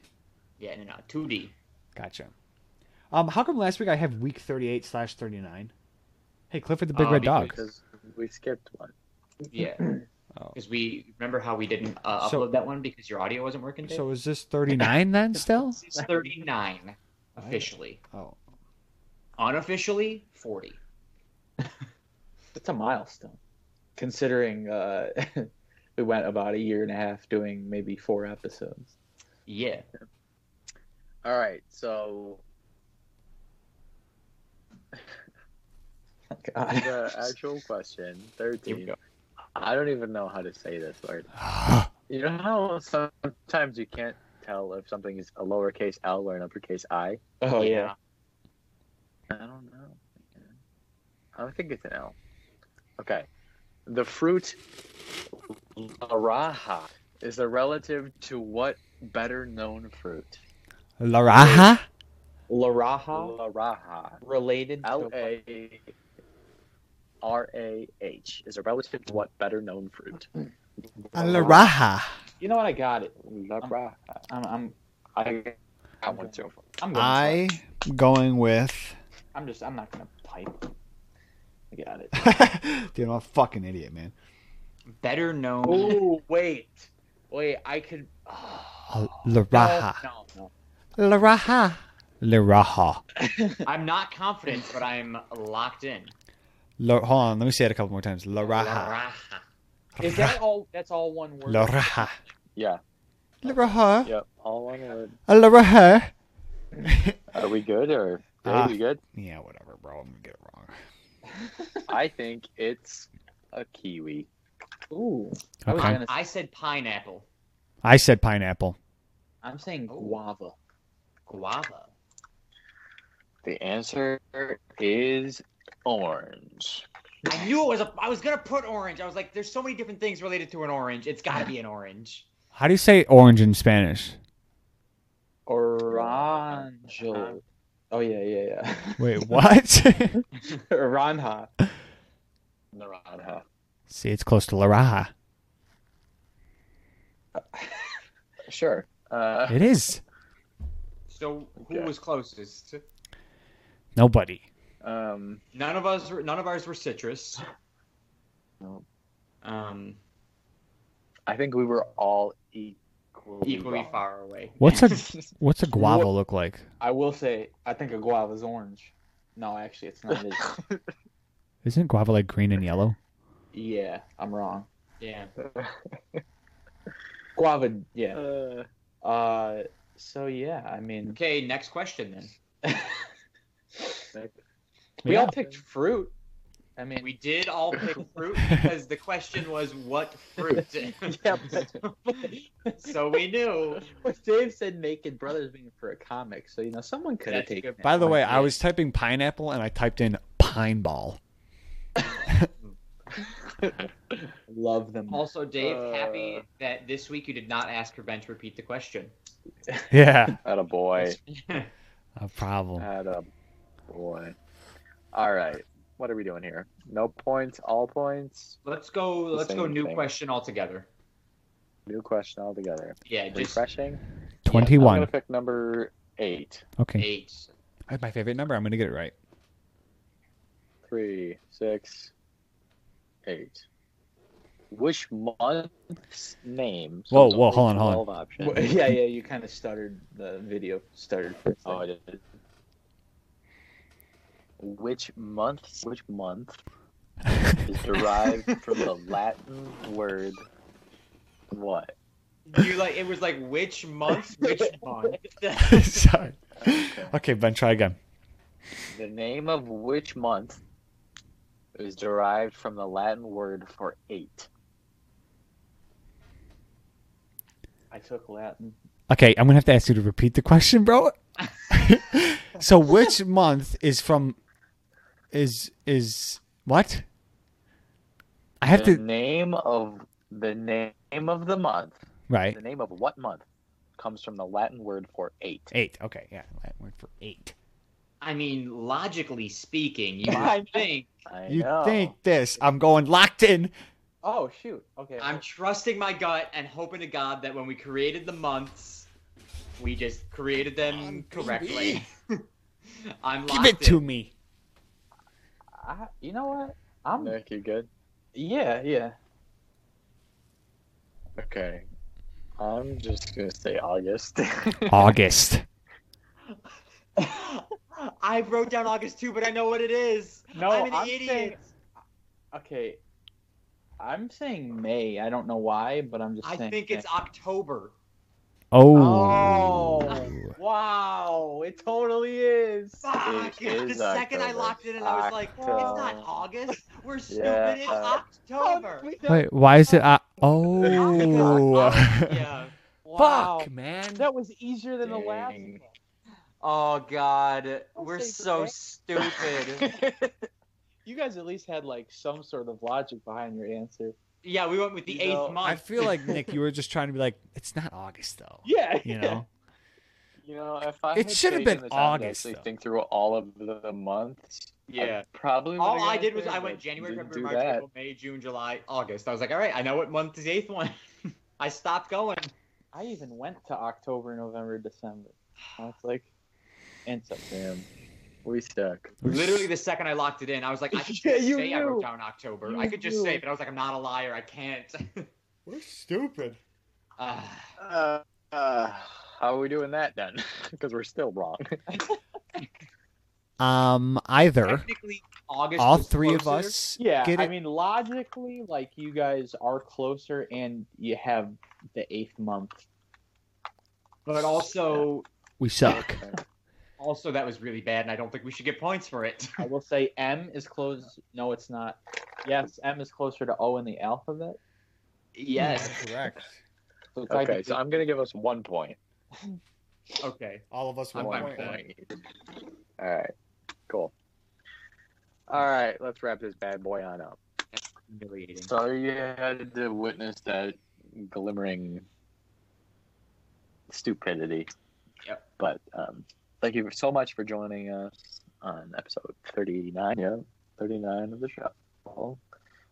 Speaker 3: Yeah, no, no, two D.
Speaker 4: Gotcha. Um, how come last week I have week 38 slash 39? Hey, Clifford the Big
Speaker 3: Uh,
Speaker 4: Red Dog.
Speaker 1: Because we skipped one.
Speaker 3: Yeah,
Speaker 4: Oh.
Speaker 3: because we remember how we didn't uh,
Speaker 4: So-
Speaker 3: upload that one because your audio wasn't working. Dave?
Speaker 4: So is this 39 then still?
Speaker 3: This is thirty nine officially.
Speaker 4: Oh,
Speaker 3: Unofficially, forty.
Speaker 2: That's a milestone, considering uh, we went about a year and a half doing maybe four episodes.
Speaker 3: Yeah.
Speaker 1: All right, so
Speaker 2: God.
Speaker 1: the actual question
Speaker 3: Here we
Speaker 1: thirteen.
Speaker 3: go.
Speaker 1: I don't even know how to say this word. You know how sometimes you can't tell if something is a lowercase L or an uppercase I.
Speaker 2: Oh yeah.
Speaker 1: I don't know. man. I don't think it's an L. Okay. The fruit laraja is a relative to what better known fruit?
Speaker 4: Laraha?
Speaker 2: Laraha
Speaker 1: Laraja.
Speaker 2: related
Speaker 1: L
Speaker 2: to
Speaker 1: A R A H is a relative to what better known fruit?
Speaker 4: Laraha.
Speaker 2: You know what? I got it.
Speaker 1: Laraja.
Speaker 2: I'm I'm
Speaker 1: I got one too.
Speaker 2: I'm going
Speaker 4: I going with.
Speaker 2: for it. I'm just I'm not gonna pipe. I got it.
Speaker 4: Dude, I'm a fucking idiot, man.
Speaker 3: Better known.
Speaker 1: Oh wait, wait! I could.
Speaker 4: Laraha.
Speaker 2: Oh, No, no.
Speaker 4: Laraha. Laraha.
Speaker 3: I'm not confident, but I'm locked in.
Speaker 4: La- hold on, let me say it a couple more times. Laraha.
Speaker 3: Raha.
Speaker 2: Is that all? That's all one word.
Speaker 4: Laraha.
Speaker 1: Yeah.
Speaker 4: Laraha.
Speaker 1: Yep. All one word.
Speaker 4: Laraha.
Speaker 1: Are we good or are
Speaker 4: Ah.
Speaker 1: we good?
Speaker 4: Yeah, whatever, bro. I'm gonna get it wrong.
Speaker 1: I think it's a kiwi.
Speaker 2: Ooh. I was
Speaker 4: Okay.
Speaker 2: gonna.
Speaker 3: I said pineapple.
Speaker 4: I said pineapple.
Speaker 2: I'm saying
Speaker 3: Oh.
Speaker 2: guava.
Speaker 3: Guava.
Speaker 1: The answer is orange.
Speaker 3: I knew it was a. I was gonna put orange. I was like, there's so many different things related to an orange. It's got to be an orange.
Speaker 4: How do you say orange in Spanish?
Speaker 2: Orange. Oh yeah, yeah,
Speaker 4: Wait, what?
Speaker 2: yeah. Oranha.
Speaker 1: Naranja.
Speaker 4: See, it's close to Laraha.
Speaker 1: Sure. Uh,
Speaker 4: It is.
Speaker 3: So who
Speaker 1: Okay.
Speaker 3: was closest?
Speaker 4: Nobody.
Speaker 1: um,
Speaker 3: None of us. Were, none of ours were citrus.
Speaker 1: No.
Speaker 3: Um,
Speaker 1: I think we were all equally,
Speaker 3: equally
Speaker 1: wrong.
Speaker 3: far away.
Speaker 4: What's a what's a guava look like?
Speaker 2: I will say, I think a guava is orange. No, actually, it's not. It is.
Speaker 4: Isn't guava like green and yellow?
Speaker 2: yeah, I'm wrong.
Speaker 3: Yeah.
Speaker 2: Guava, yeah.
Speaker 1: Uh,
Speaker 2: Uh, so yeah, I mean,
Speaker 3: Okay. Next question then.
Speaker 2: we
Speaker 4: Yeah.
Speaker 2: all picked fruit. I mean,
Speaker 3: We did all pick fruit because the question was what fruit.
Speaker 2: yeah, but
Speaker 3: so we knew.
Speaker 2: but Dave said Naked Brothers being for a comic, so you know someone could have
Speaker 3: That's a
Speaker 2: taken.
Speaker 3: good
Speaker 2: it.
Speaker 4: By the way, I was typing pineapple and I typed in pine ball.
Speaker 2: love them.
Speaker 3: Also, Dave,
Speaker 1: Uh.
Speaker 3: happy that this week you did not ask for Ben to repeat the question.
Speaker 4: Yeah.
Speaker 1: At a boy.
Speaker 4: A problem.
Speaker 1: At a boy. All right. What are we doing here? No points. All points.
Speaker 3: Let's go.
Speaker 1: The
Speaker 3: Let's go.
Speaker 1: same
Speaker 3: New
Speaker 1: thing.
Speaker 3: question altogether.
Speaker 1: New question altogether.
Speaker 3: Yeah, just
Speaker 1: Refreshing.
Speaker 4: Twenty
Speaker 1: I'm
Speaker 4: one.
Speaker 1: gonna pick number eight.
Speaker 4: Okay.
Speaker 3: eight.
Speaker 4: That's my favorite number. I'm gonna get it right.
Speaker 1: Three, six, eight. Which month's name?
Speaker 4: Whoa,
Speaker 1: so
Speaker 4: whoa,
Speaker 1: it's
Speaker 4: hold on,
Speaker 1: only
Speaker 4: hold
Speaker 1: 12 options.
Speaker 2: Well, yeah, yeah, you kind of stuttered. The video stuttered. For a
Speaker 1: Oh,
Speaker 2: second.
Speaker 1: it is. Which month? Which month is derived from the Latin word what?
Speaker 3: You like it was like which month? Which month?
Speaker 4: Sorry. Okay, Ben, try again.
Speaker 1: The name of which month is derived from the Latin word for eight?
Speaker 2: I took Latin.
Speaker 4: Okay, I'm gonna have to ask you to repeat the question, bro. so which month is from is is what? I have
Speaker 1: The
Speaker 4: to
Speaker 1: name of the name of the month.
Speaker 4: right.
Speaker 1: The name of what month comes from the Latin word for eight?
Speaker 4: Eight. Okay, yeah. Latin word for eight.
Speaker 3: I mean, logically speaking, you
Speaker 2: I know.
Speaker 3: would think
Speaker 1: I
Speaker 4: You
Speaker 1: know.
Speaker 4: think this? I'm going locked in.
Speaker 2: Oh shoot. Okay.
Speaker 3: I'm trusting my gut and hoping to God that when we created the months, we just created them
Speaker 2: Um,
Speaker 5: On
Speaker 3: correctly. I'm
Speaker 4: Give
Speaker 3: locked
Speaker 4: it to
Speaker 3: in.
Speaker 4: me.
Speaker 2: I, you know what? I'm.
Speaker 1: Nick, you good?
Speaker 2: Yeah, yeah.
Speaker 1: Okay. I'm just gonna say August.
Speaker 4: August.
Speaker 3: I wrote down August too, but I know what it is.
Speaker 2: No,
Speaker 3: I'm an
Speaker 2: I'm
Speaker 3: idiot.
Speaker 2: saying- Okay. I'm saying May. I don't know why, but I'm just.
Speaker 3: I
Speaker 2: saying
Speaker 3: think it's October.
Speaker 2: Oh. Wow! It totally is.
Speaker 3: Fuck!
Speaker 1: is
Speaker 3: the second I
Speaker 1: October.
Speaker 3: locked it in, I was like, it's not
Speaker 1: October.
Speaker 3: August. We're stupid.
Speaker 1: Yeah. uh,
Speaker 3: It's October.
Speaker 4: Wait, why is it? Uh, oh.
Speaker 3: yeah.
Speaker 2: Wow.
Speaker 4: man.
Speaker 2: That was easier than the last
Speaker 1: Dang.
Speaker 2: one.
Speaker 3: Oh god,
Speaker 2: Don't
Speaker 3: we're
Speaker 2: say
Speaker 3: so
Speaker 2: that.
Speaker 3: stupid.
Speaker 2: You guys at least had like some sort of logic behind your answer.
Speaker 3: yeah, we went with the
Speaker 2: You
Speaker 3: eighth
Speaker 2: know,
Speaker 3: month.
Speaker 4: I feel like Nick, you were just trying to be like, it's not August though.
Speaker 2: Yeah.
Speaker 4: You know.
Speaker 1: You know, if I
Speaker 4: It
Speaker 1: had
Speaker 4: should have
Speaker 1: taken
Speaker 4: been
Speaker 1: the time to
Speaker 4: August,
Speaker 1: actually
Speaker 4: though.
Speaker 1: think through all of the months.
Speaker 3: Yeah.
Speaker 1: I probably.
Speaker 3: All
Speaker 1: would've
Speaker 3: I
Speaker 1: gotten
Speaker 3: did was
Speaker 1: there,
Speaker 3: I
Speaker 1: but
Speaker 3: went January,
Speaker 1: didn't
Speaker 3: February,
Speaker 1: do
Speaker 3: March,
Speaker 1: that.
Speaker 3: April, May, June, July, August. I was like, all right, I know what month is the eighth one. I stopped going.
Speaker 2: I even went to October, November, December. I was like, and September.
Speaker 1: Damn, we suck.
Speaker 3: Literally the second I locked it in, I was like, I could
Speaker 2: Yeah,
Speaker 3: just
Speaker 2: you
Speaker 3: say I wrote
Speaker 2: knew.
Speaker 3: down October.
Speaker 2: You
Speaker 3: I could just say,
Speaker 2: knew.
Speaker 3: it, but I was like, I'm not a liar. I can't.
Speaker 5: We're stupid.
Speaker 3: uh,
Speaker 1: Uh, uh, how are we doing that then? Because we're still wrong.
Speaker 4: Um, either
Speaker 3: technically, August.
Speaker 4: all
Speaker 3: was
Speaker 4: three of
Speaker 3: closer.
Speaker 4: us.
Speaker 2: Yeah,
Speaker 4: Get
Speaker 2: I
Speaker 4: it?
Speaker 2: mean logically, like you guys are closer, and you have the eighth month.
Speaker 3: But also,
Speaker 4: We suck.
Speaker 3: also that was really bad, and I don't think we should get points for it.
Speaker 2: I will say M is close. No, it's not. Yes, M is closer to O in the alphabet.
Speaker 3: yes.
Speaker 4: correct.
Speaker 2: So it's
Speaker 1: okay, so I'm gonna give us one point.
Speaker 3: Okay.
Speaker 4: All of us
Speaker 3: I'm
Speaker 1: one
Speaker 3: fine with that.
Speaker 1: point. All right, cool. All right, let's wrap this bad boy on up.
Speaker 3: Humiliating.
Speaker 1: Sorry you had to witness that glimmering stupidity.
Speaker 3: Yep.
Speaker 1: But um, thank you so much for joining us on episode 39. Yeah, 39 of the show.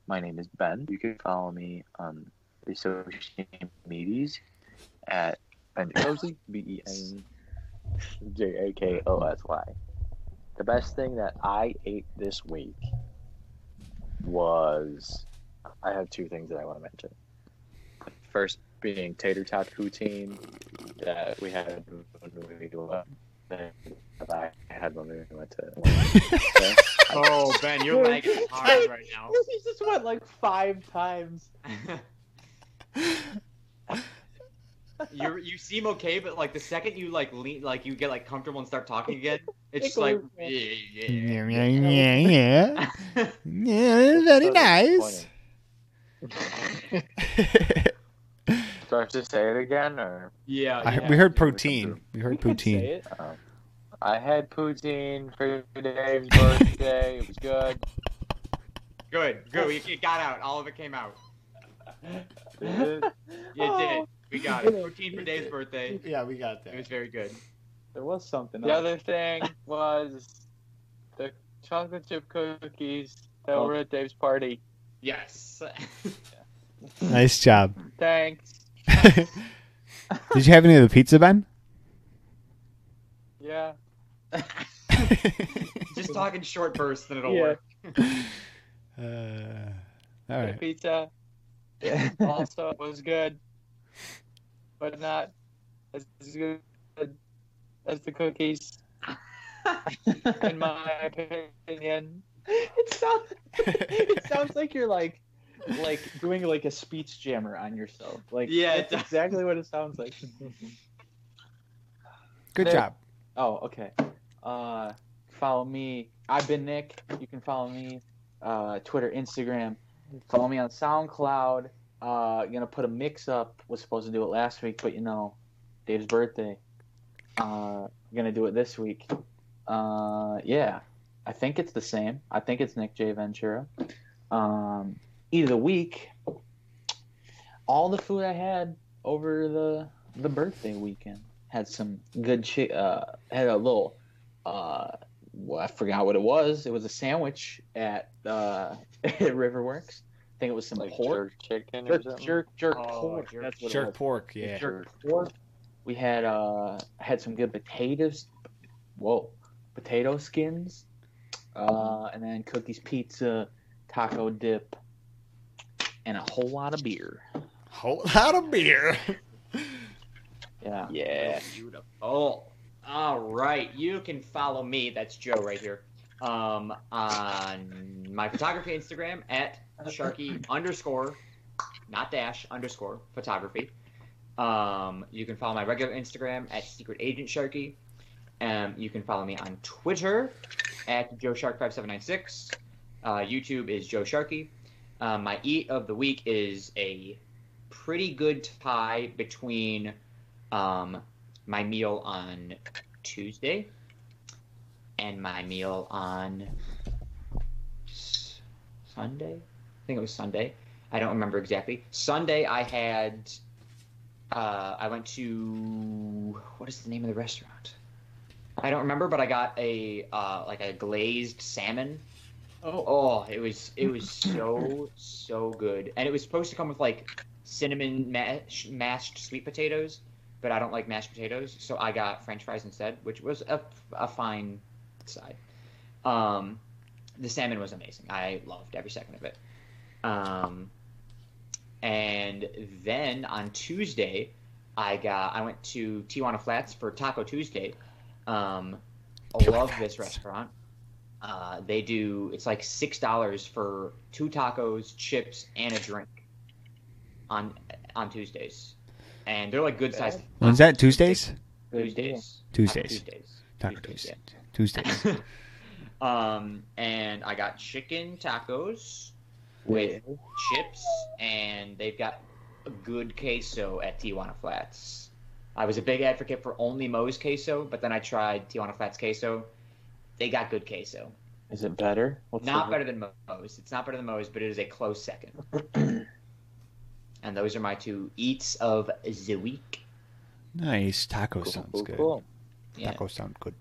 Speaker 1: My name is Ben. You can follow me on the social medias at Ben Jacosy, B E N J A K O S Y. The best thing that I ate this week was I have two things that I want to mention. First being tater tot poutine that we had when we went, that I had when we went to. Okay?
Speaker 3: Oh, Ben, you're lagging hard right now.
Speaker 2: He just went like five times.
Speaker 3: you you seem okay, but like the second you like lean, like you get like comfortable and start talking again, it's just
Speaker 2: Tickle
Speaker 3: like
Speaker 2: your
Speaker 3: yeah,
Speaker 2: fancy.
Speaker 3: yeah.
Speaker 4: Yeah, yeah, yeah, yeah. Yeah, very
Speaker 1: So
Speaker 4: nice.
Speaker 1: disappointing. Do I have to say it again, or
Speaker 3: yeah,
Speaker 4: I,
Speaker 1: Yeah,
Speaker 3: yeah.
Speaker 4: we heard
Speaker 1: we can
Speaker 4: protein.
Speaker 1: do.
Speaker 4: We heard
Speaker 2: You can say
Speaker 4: poutine.
Speaker 2: it.
Speaker 1: um, I had poutine for Dave's birthday. It was good.
Speaker 3: good, good. We, it got out. All of it came out.
Speaker 1: It is-
Speaker 3: It did.
Speaker 2: Oh.
Speaker 3: We got it. Routine for Dave's birthday.
Speaker 5: Yeah, we got
Speaker 3: It was very good.
Speaker 2: There was something.
Speaker 1: The
Speaker 2: else.
Speaker 1: other thing was the chocolate chip cookies that were at Dave's party.
Speaker 3: Yes.
Speaker 4: Nice job.
Speaker 1: Thanks.
Speaker 4: Did you have any of the pizza, Ben?
Speaker 1: Yeah.
Speaker 3: just talking short bursts and it'll
Speaker 2: Yeah.
Speaker 3: work.
Speaker 4: Uh, all
Speaker 1: The
Speaker 4: right.
Speaker 1: pizza
Speaker 2: Yeah.
Speaker 1: also was good, but not as good as the cookies, in my opinion.
Speaker 2: it sounds it sounds like you're like like doing like a speech jammer on yourself. Like
Speaker 3: Yeah, it
Speaker 2: that's
Speaker 3: does.
Speaker 2: exactly what it sounds like.
Speaker 4: Good
Speaker 2: Nick.
Speaker 4: job.
Speaker 2: oh, okay. Uh follow me. I've been Nick. You can follow me uh Twitter, Instagram. Follow me on SoundCloud. Uh gonna put a mix up. Was supposed to do it last week, but you know, Dave's birthday. Uh gonna do it this week. Uh yeah. I think it's the same. I think it's Nick J. Ventura. Um, either week, all the food I had over the the birthday weekend had some good chi- uh had a little uh well, I forgot what it was. It was a sandwich at uh, at Riverworks. I think it was some
Speaker 1: like
Speaker 2: pork,
Speaker 1: jerk chicken or
Speaker 2: jerk,
Speaker 1: something.
Speaker 2: jerk, jerk
Speaker 3: Oh,
Speaker 2: pork.
Speaker 3: jerk-
Speaker 2: That's what it
Speaker 4: Jerk
Speaker 2: was.
Speaker 4: pork, yeah.
Speaker 2: Jerk pork. We had uh, I had some good potatoes. Whoa, potato skins, uh, and then cookies, pizza, taco dip, and a whole lot of beer.
Speaker 4: Whole lot of beer.
Speaker 2: Yeah.
Speaker 1: Yeah.
Speaker 3: Beautiful. Oh, All right. You can follow me. That's Joe right here. Um, on my photography Instagram at Sharky underscore, not dash underscore photography. Um, you can follow my regular Instagram at Secret Agent Sharky. Um, you can follow me on Twitter at Joe Shark five seven nine six. Uh, YouTube is Joe Sharky. Um, my eat of the week is a pretty good tie between um, my meal on Tuesday and my meal on S- Sunday. I think it was Sunday. I don't remember exactly. Sunday, I had. Uh, I went to what is the name of the restaurant? I don't remember, but I got a uh, like a glazed salmon. Oh, oh, it was it was so so good, and it was supposed to come with like cinnamon mash, mashed sweet potatoes, but I don't like mashed potatoes, so I got French fries instead, which was a, a fine side. Um, the salmon was amazing. I loved every second of it. Um, and then on Tuesday, I got I went to Tijuana Flats for Taco Tuesday. Um, I love this restaurant. Uh, they do it's like six dollars for two tacos, chips, and a drink on on Tuesdays, and they're like good sized.
Speaker 4: When's that? Tuesdays?
Speaker 2: Good deal.
Speaker 3: Tuesdays.
Speaker 4: Tuesdays.
Speaker 3: Taco Tuesdays.
Speaker 4: Taco
Speaker 3: Tuesdays,
Speaker 4: Tuesdays. Tuesdays.
Speaker 3: yeah. um, and I got chicken tacos with chips, and they've got a good queso at Tijuana Flats. I was a big advocate for only Moe's queso, but then I tried Tijuana Flats queso. They got good queso.
Speaker 2: Is it better? What's
Speaker 3: Not
Speaker 2: the-
Speaker 3: better than Moe's. It's not better than Moe's, but it is a close second. and those are my two eats of the week.
Speaker 4: Nice. Taco
Speaker 1: Cool,
Speaker 4: sounds
Speaker 1: cool,
Speaker 4: good.
Speaker 1: cool.
Speaker 3: Yeah.
Speaker 4: Taco sound good.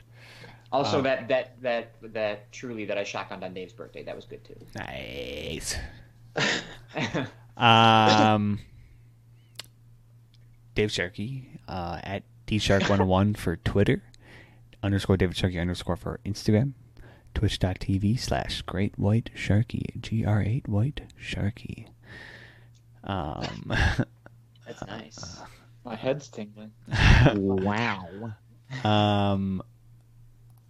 Speaker 3: Also,
Speaker 1: Um,
Speaker 4: Uh,
Speaker 3: that that that that truly that I shotgunned on Dave's birthday. That was good too.
Speaker 4: Nice. Um, Dave Sharkey uh, at dshark101 for Twitter, underscore David Sharkey underscore for Instagram, twitch.tv slash great white sharky, gr8 white sharky. Um,
Speaker 3: That's nice.
Speaker 2: My head's tingling.
Speaker 4: wow. Um,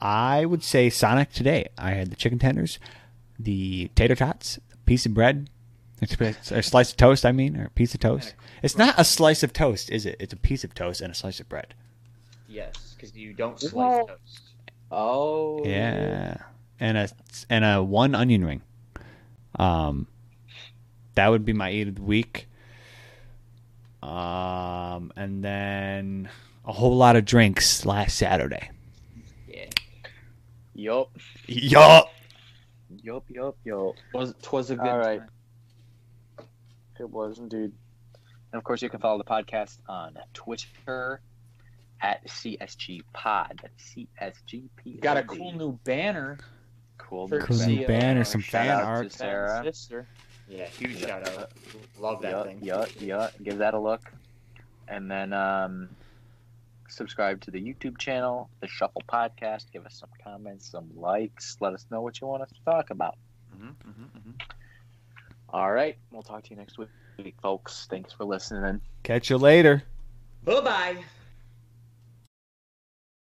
Speaker 4: I would say Sonic today. I had the chicken tenders, the tater tots, a piece of bread, a slice of toast. I mean, or a piece of toast. It's not a slice of toast, is it? It's a piece of toast and a slice of bread.
Speaker 3: Yes, because you don't slice
Speaker 2: Yeah.
Speaker 3: toast.
Speaker 2: Oh.
Speaker 4: Yeah, and a and a one onion ring. Um, that would be my eat of the week. Um, and then a whole lot of drinks last Saturday.
Speaker 3: Yeah.
Speaker 1: Yup.
Speaker 4: Yup.
Speaker 1: Yup. Yup. Yup.
Speaker 2: Was twas a good
Speaker 1: All right.
Speaker 2: time.
Speaker 1: It was indeed. And of course, you can follow the podcast on Twitter at CSG Pod. That's CSG P.
Speaker 2: Got a cool new banner.
Speaker 1: cool,
Speaker 2: for
Speaker 1: new
Speaker 4: Cool new
Speaker 2: Sarah.
Speaker 4: banner, some
Speaker 1: Shout
Speaker 4: fan
Speaker 1: out to
Speaker 4: art.
Speaker 1: Sarah.
Speaker 2: Sister.
Speaker 3: Yeah. Huge
Speaker 1: Yeah.
Speaker 3: shout out. Love that
Speaker 1: yeah,
Speaker 3: thing.
Speaker 1: Yeah, yeah. Give that a look, and then um, subscribe to the YouTube channel, the Shuffle Podcast. Give us some comments, some likes. Let us know what you want us to talk about.
Speaker 3: Mhm, mhm, mhm.
Speaker 1: All right, we'll talk to you next week, folks. Thanks for listening.
Speaker 4: Catch you later.
Speaker 3: Bye bye.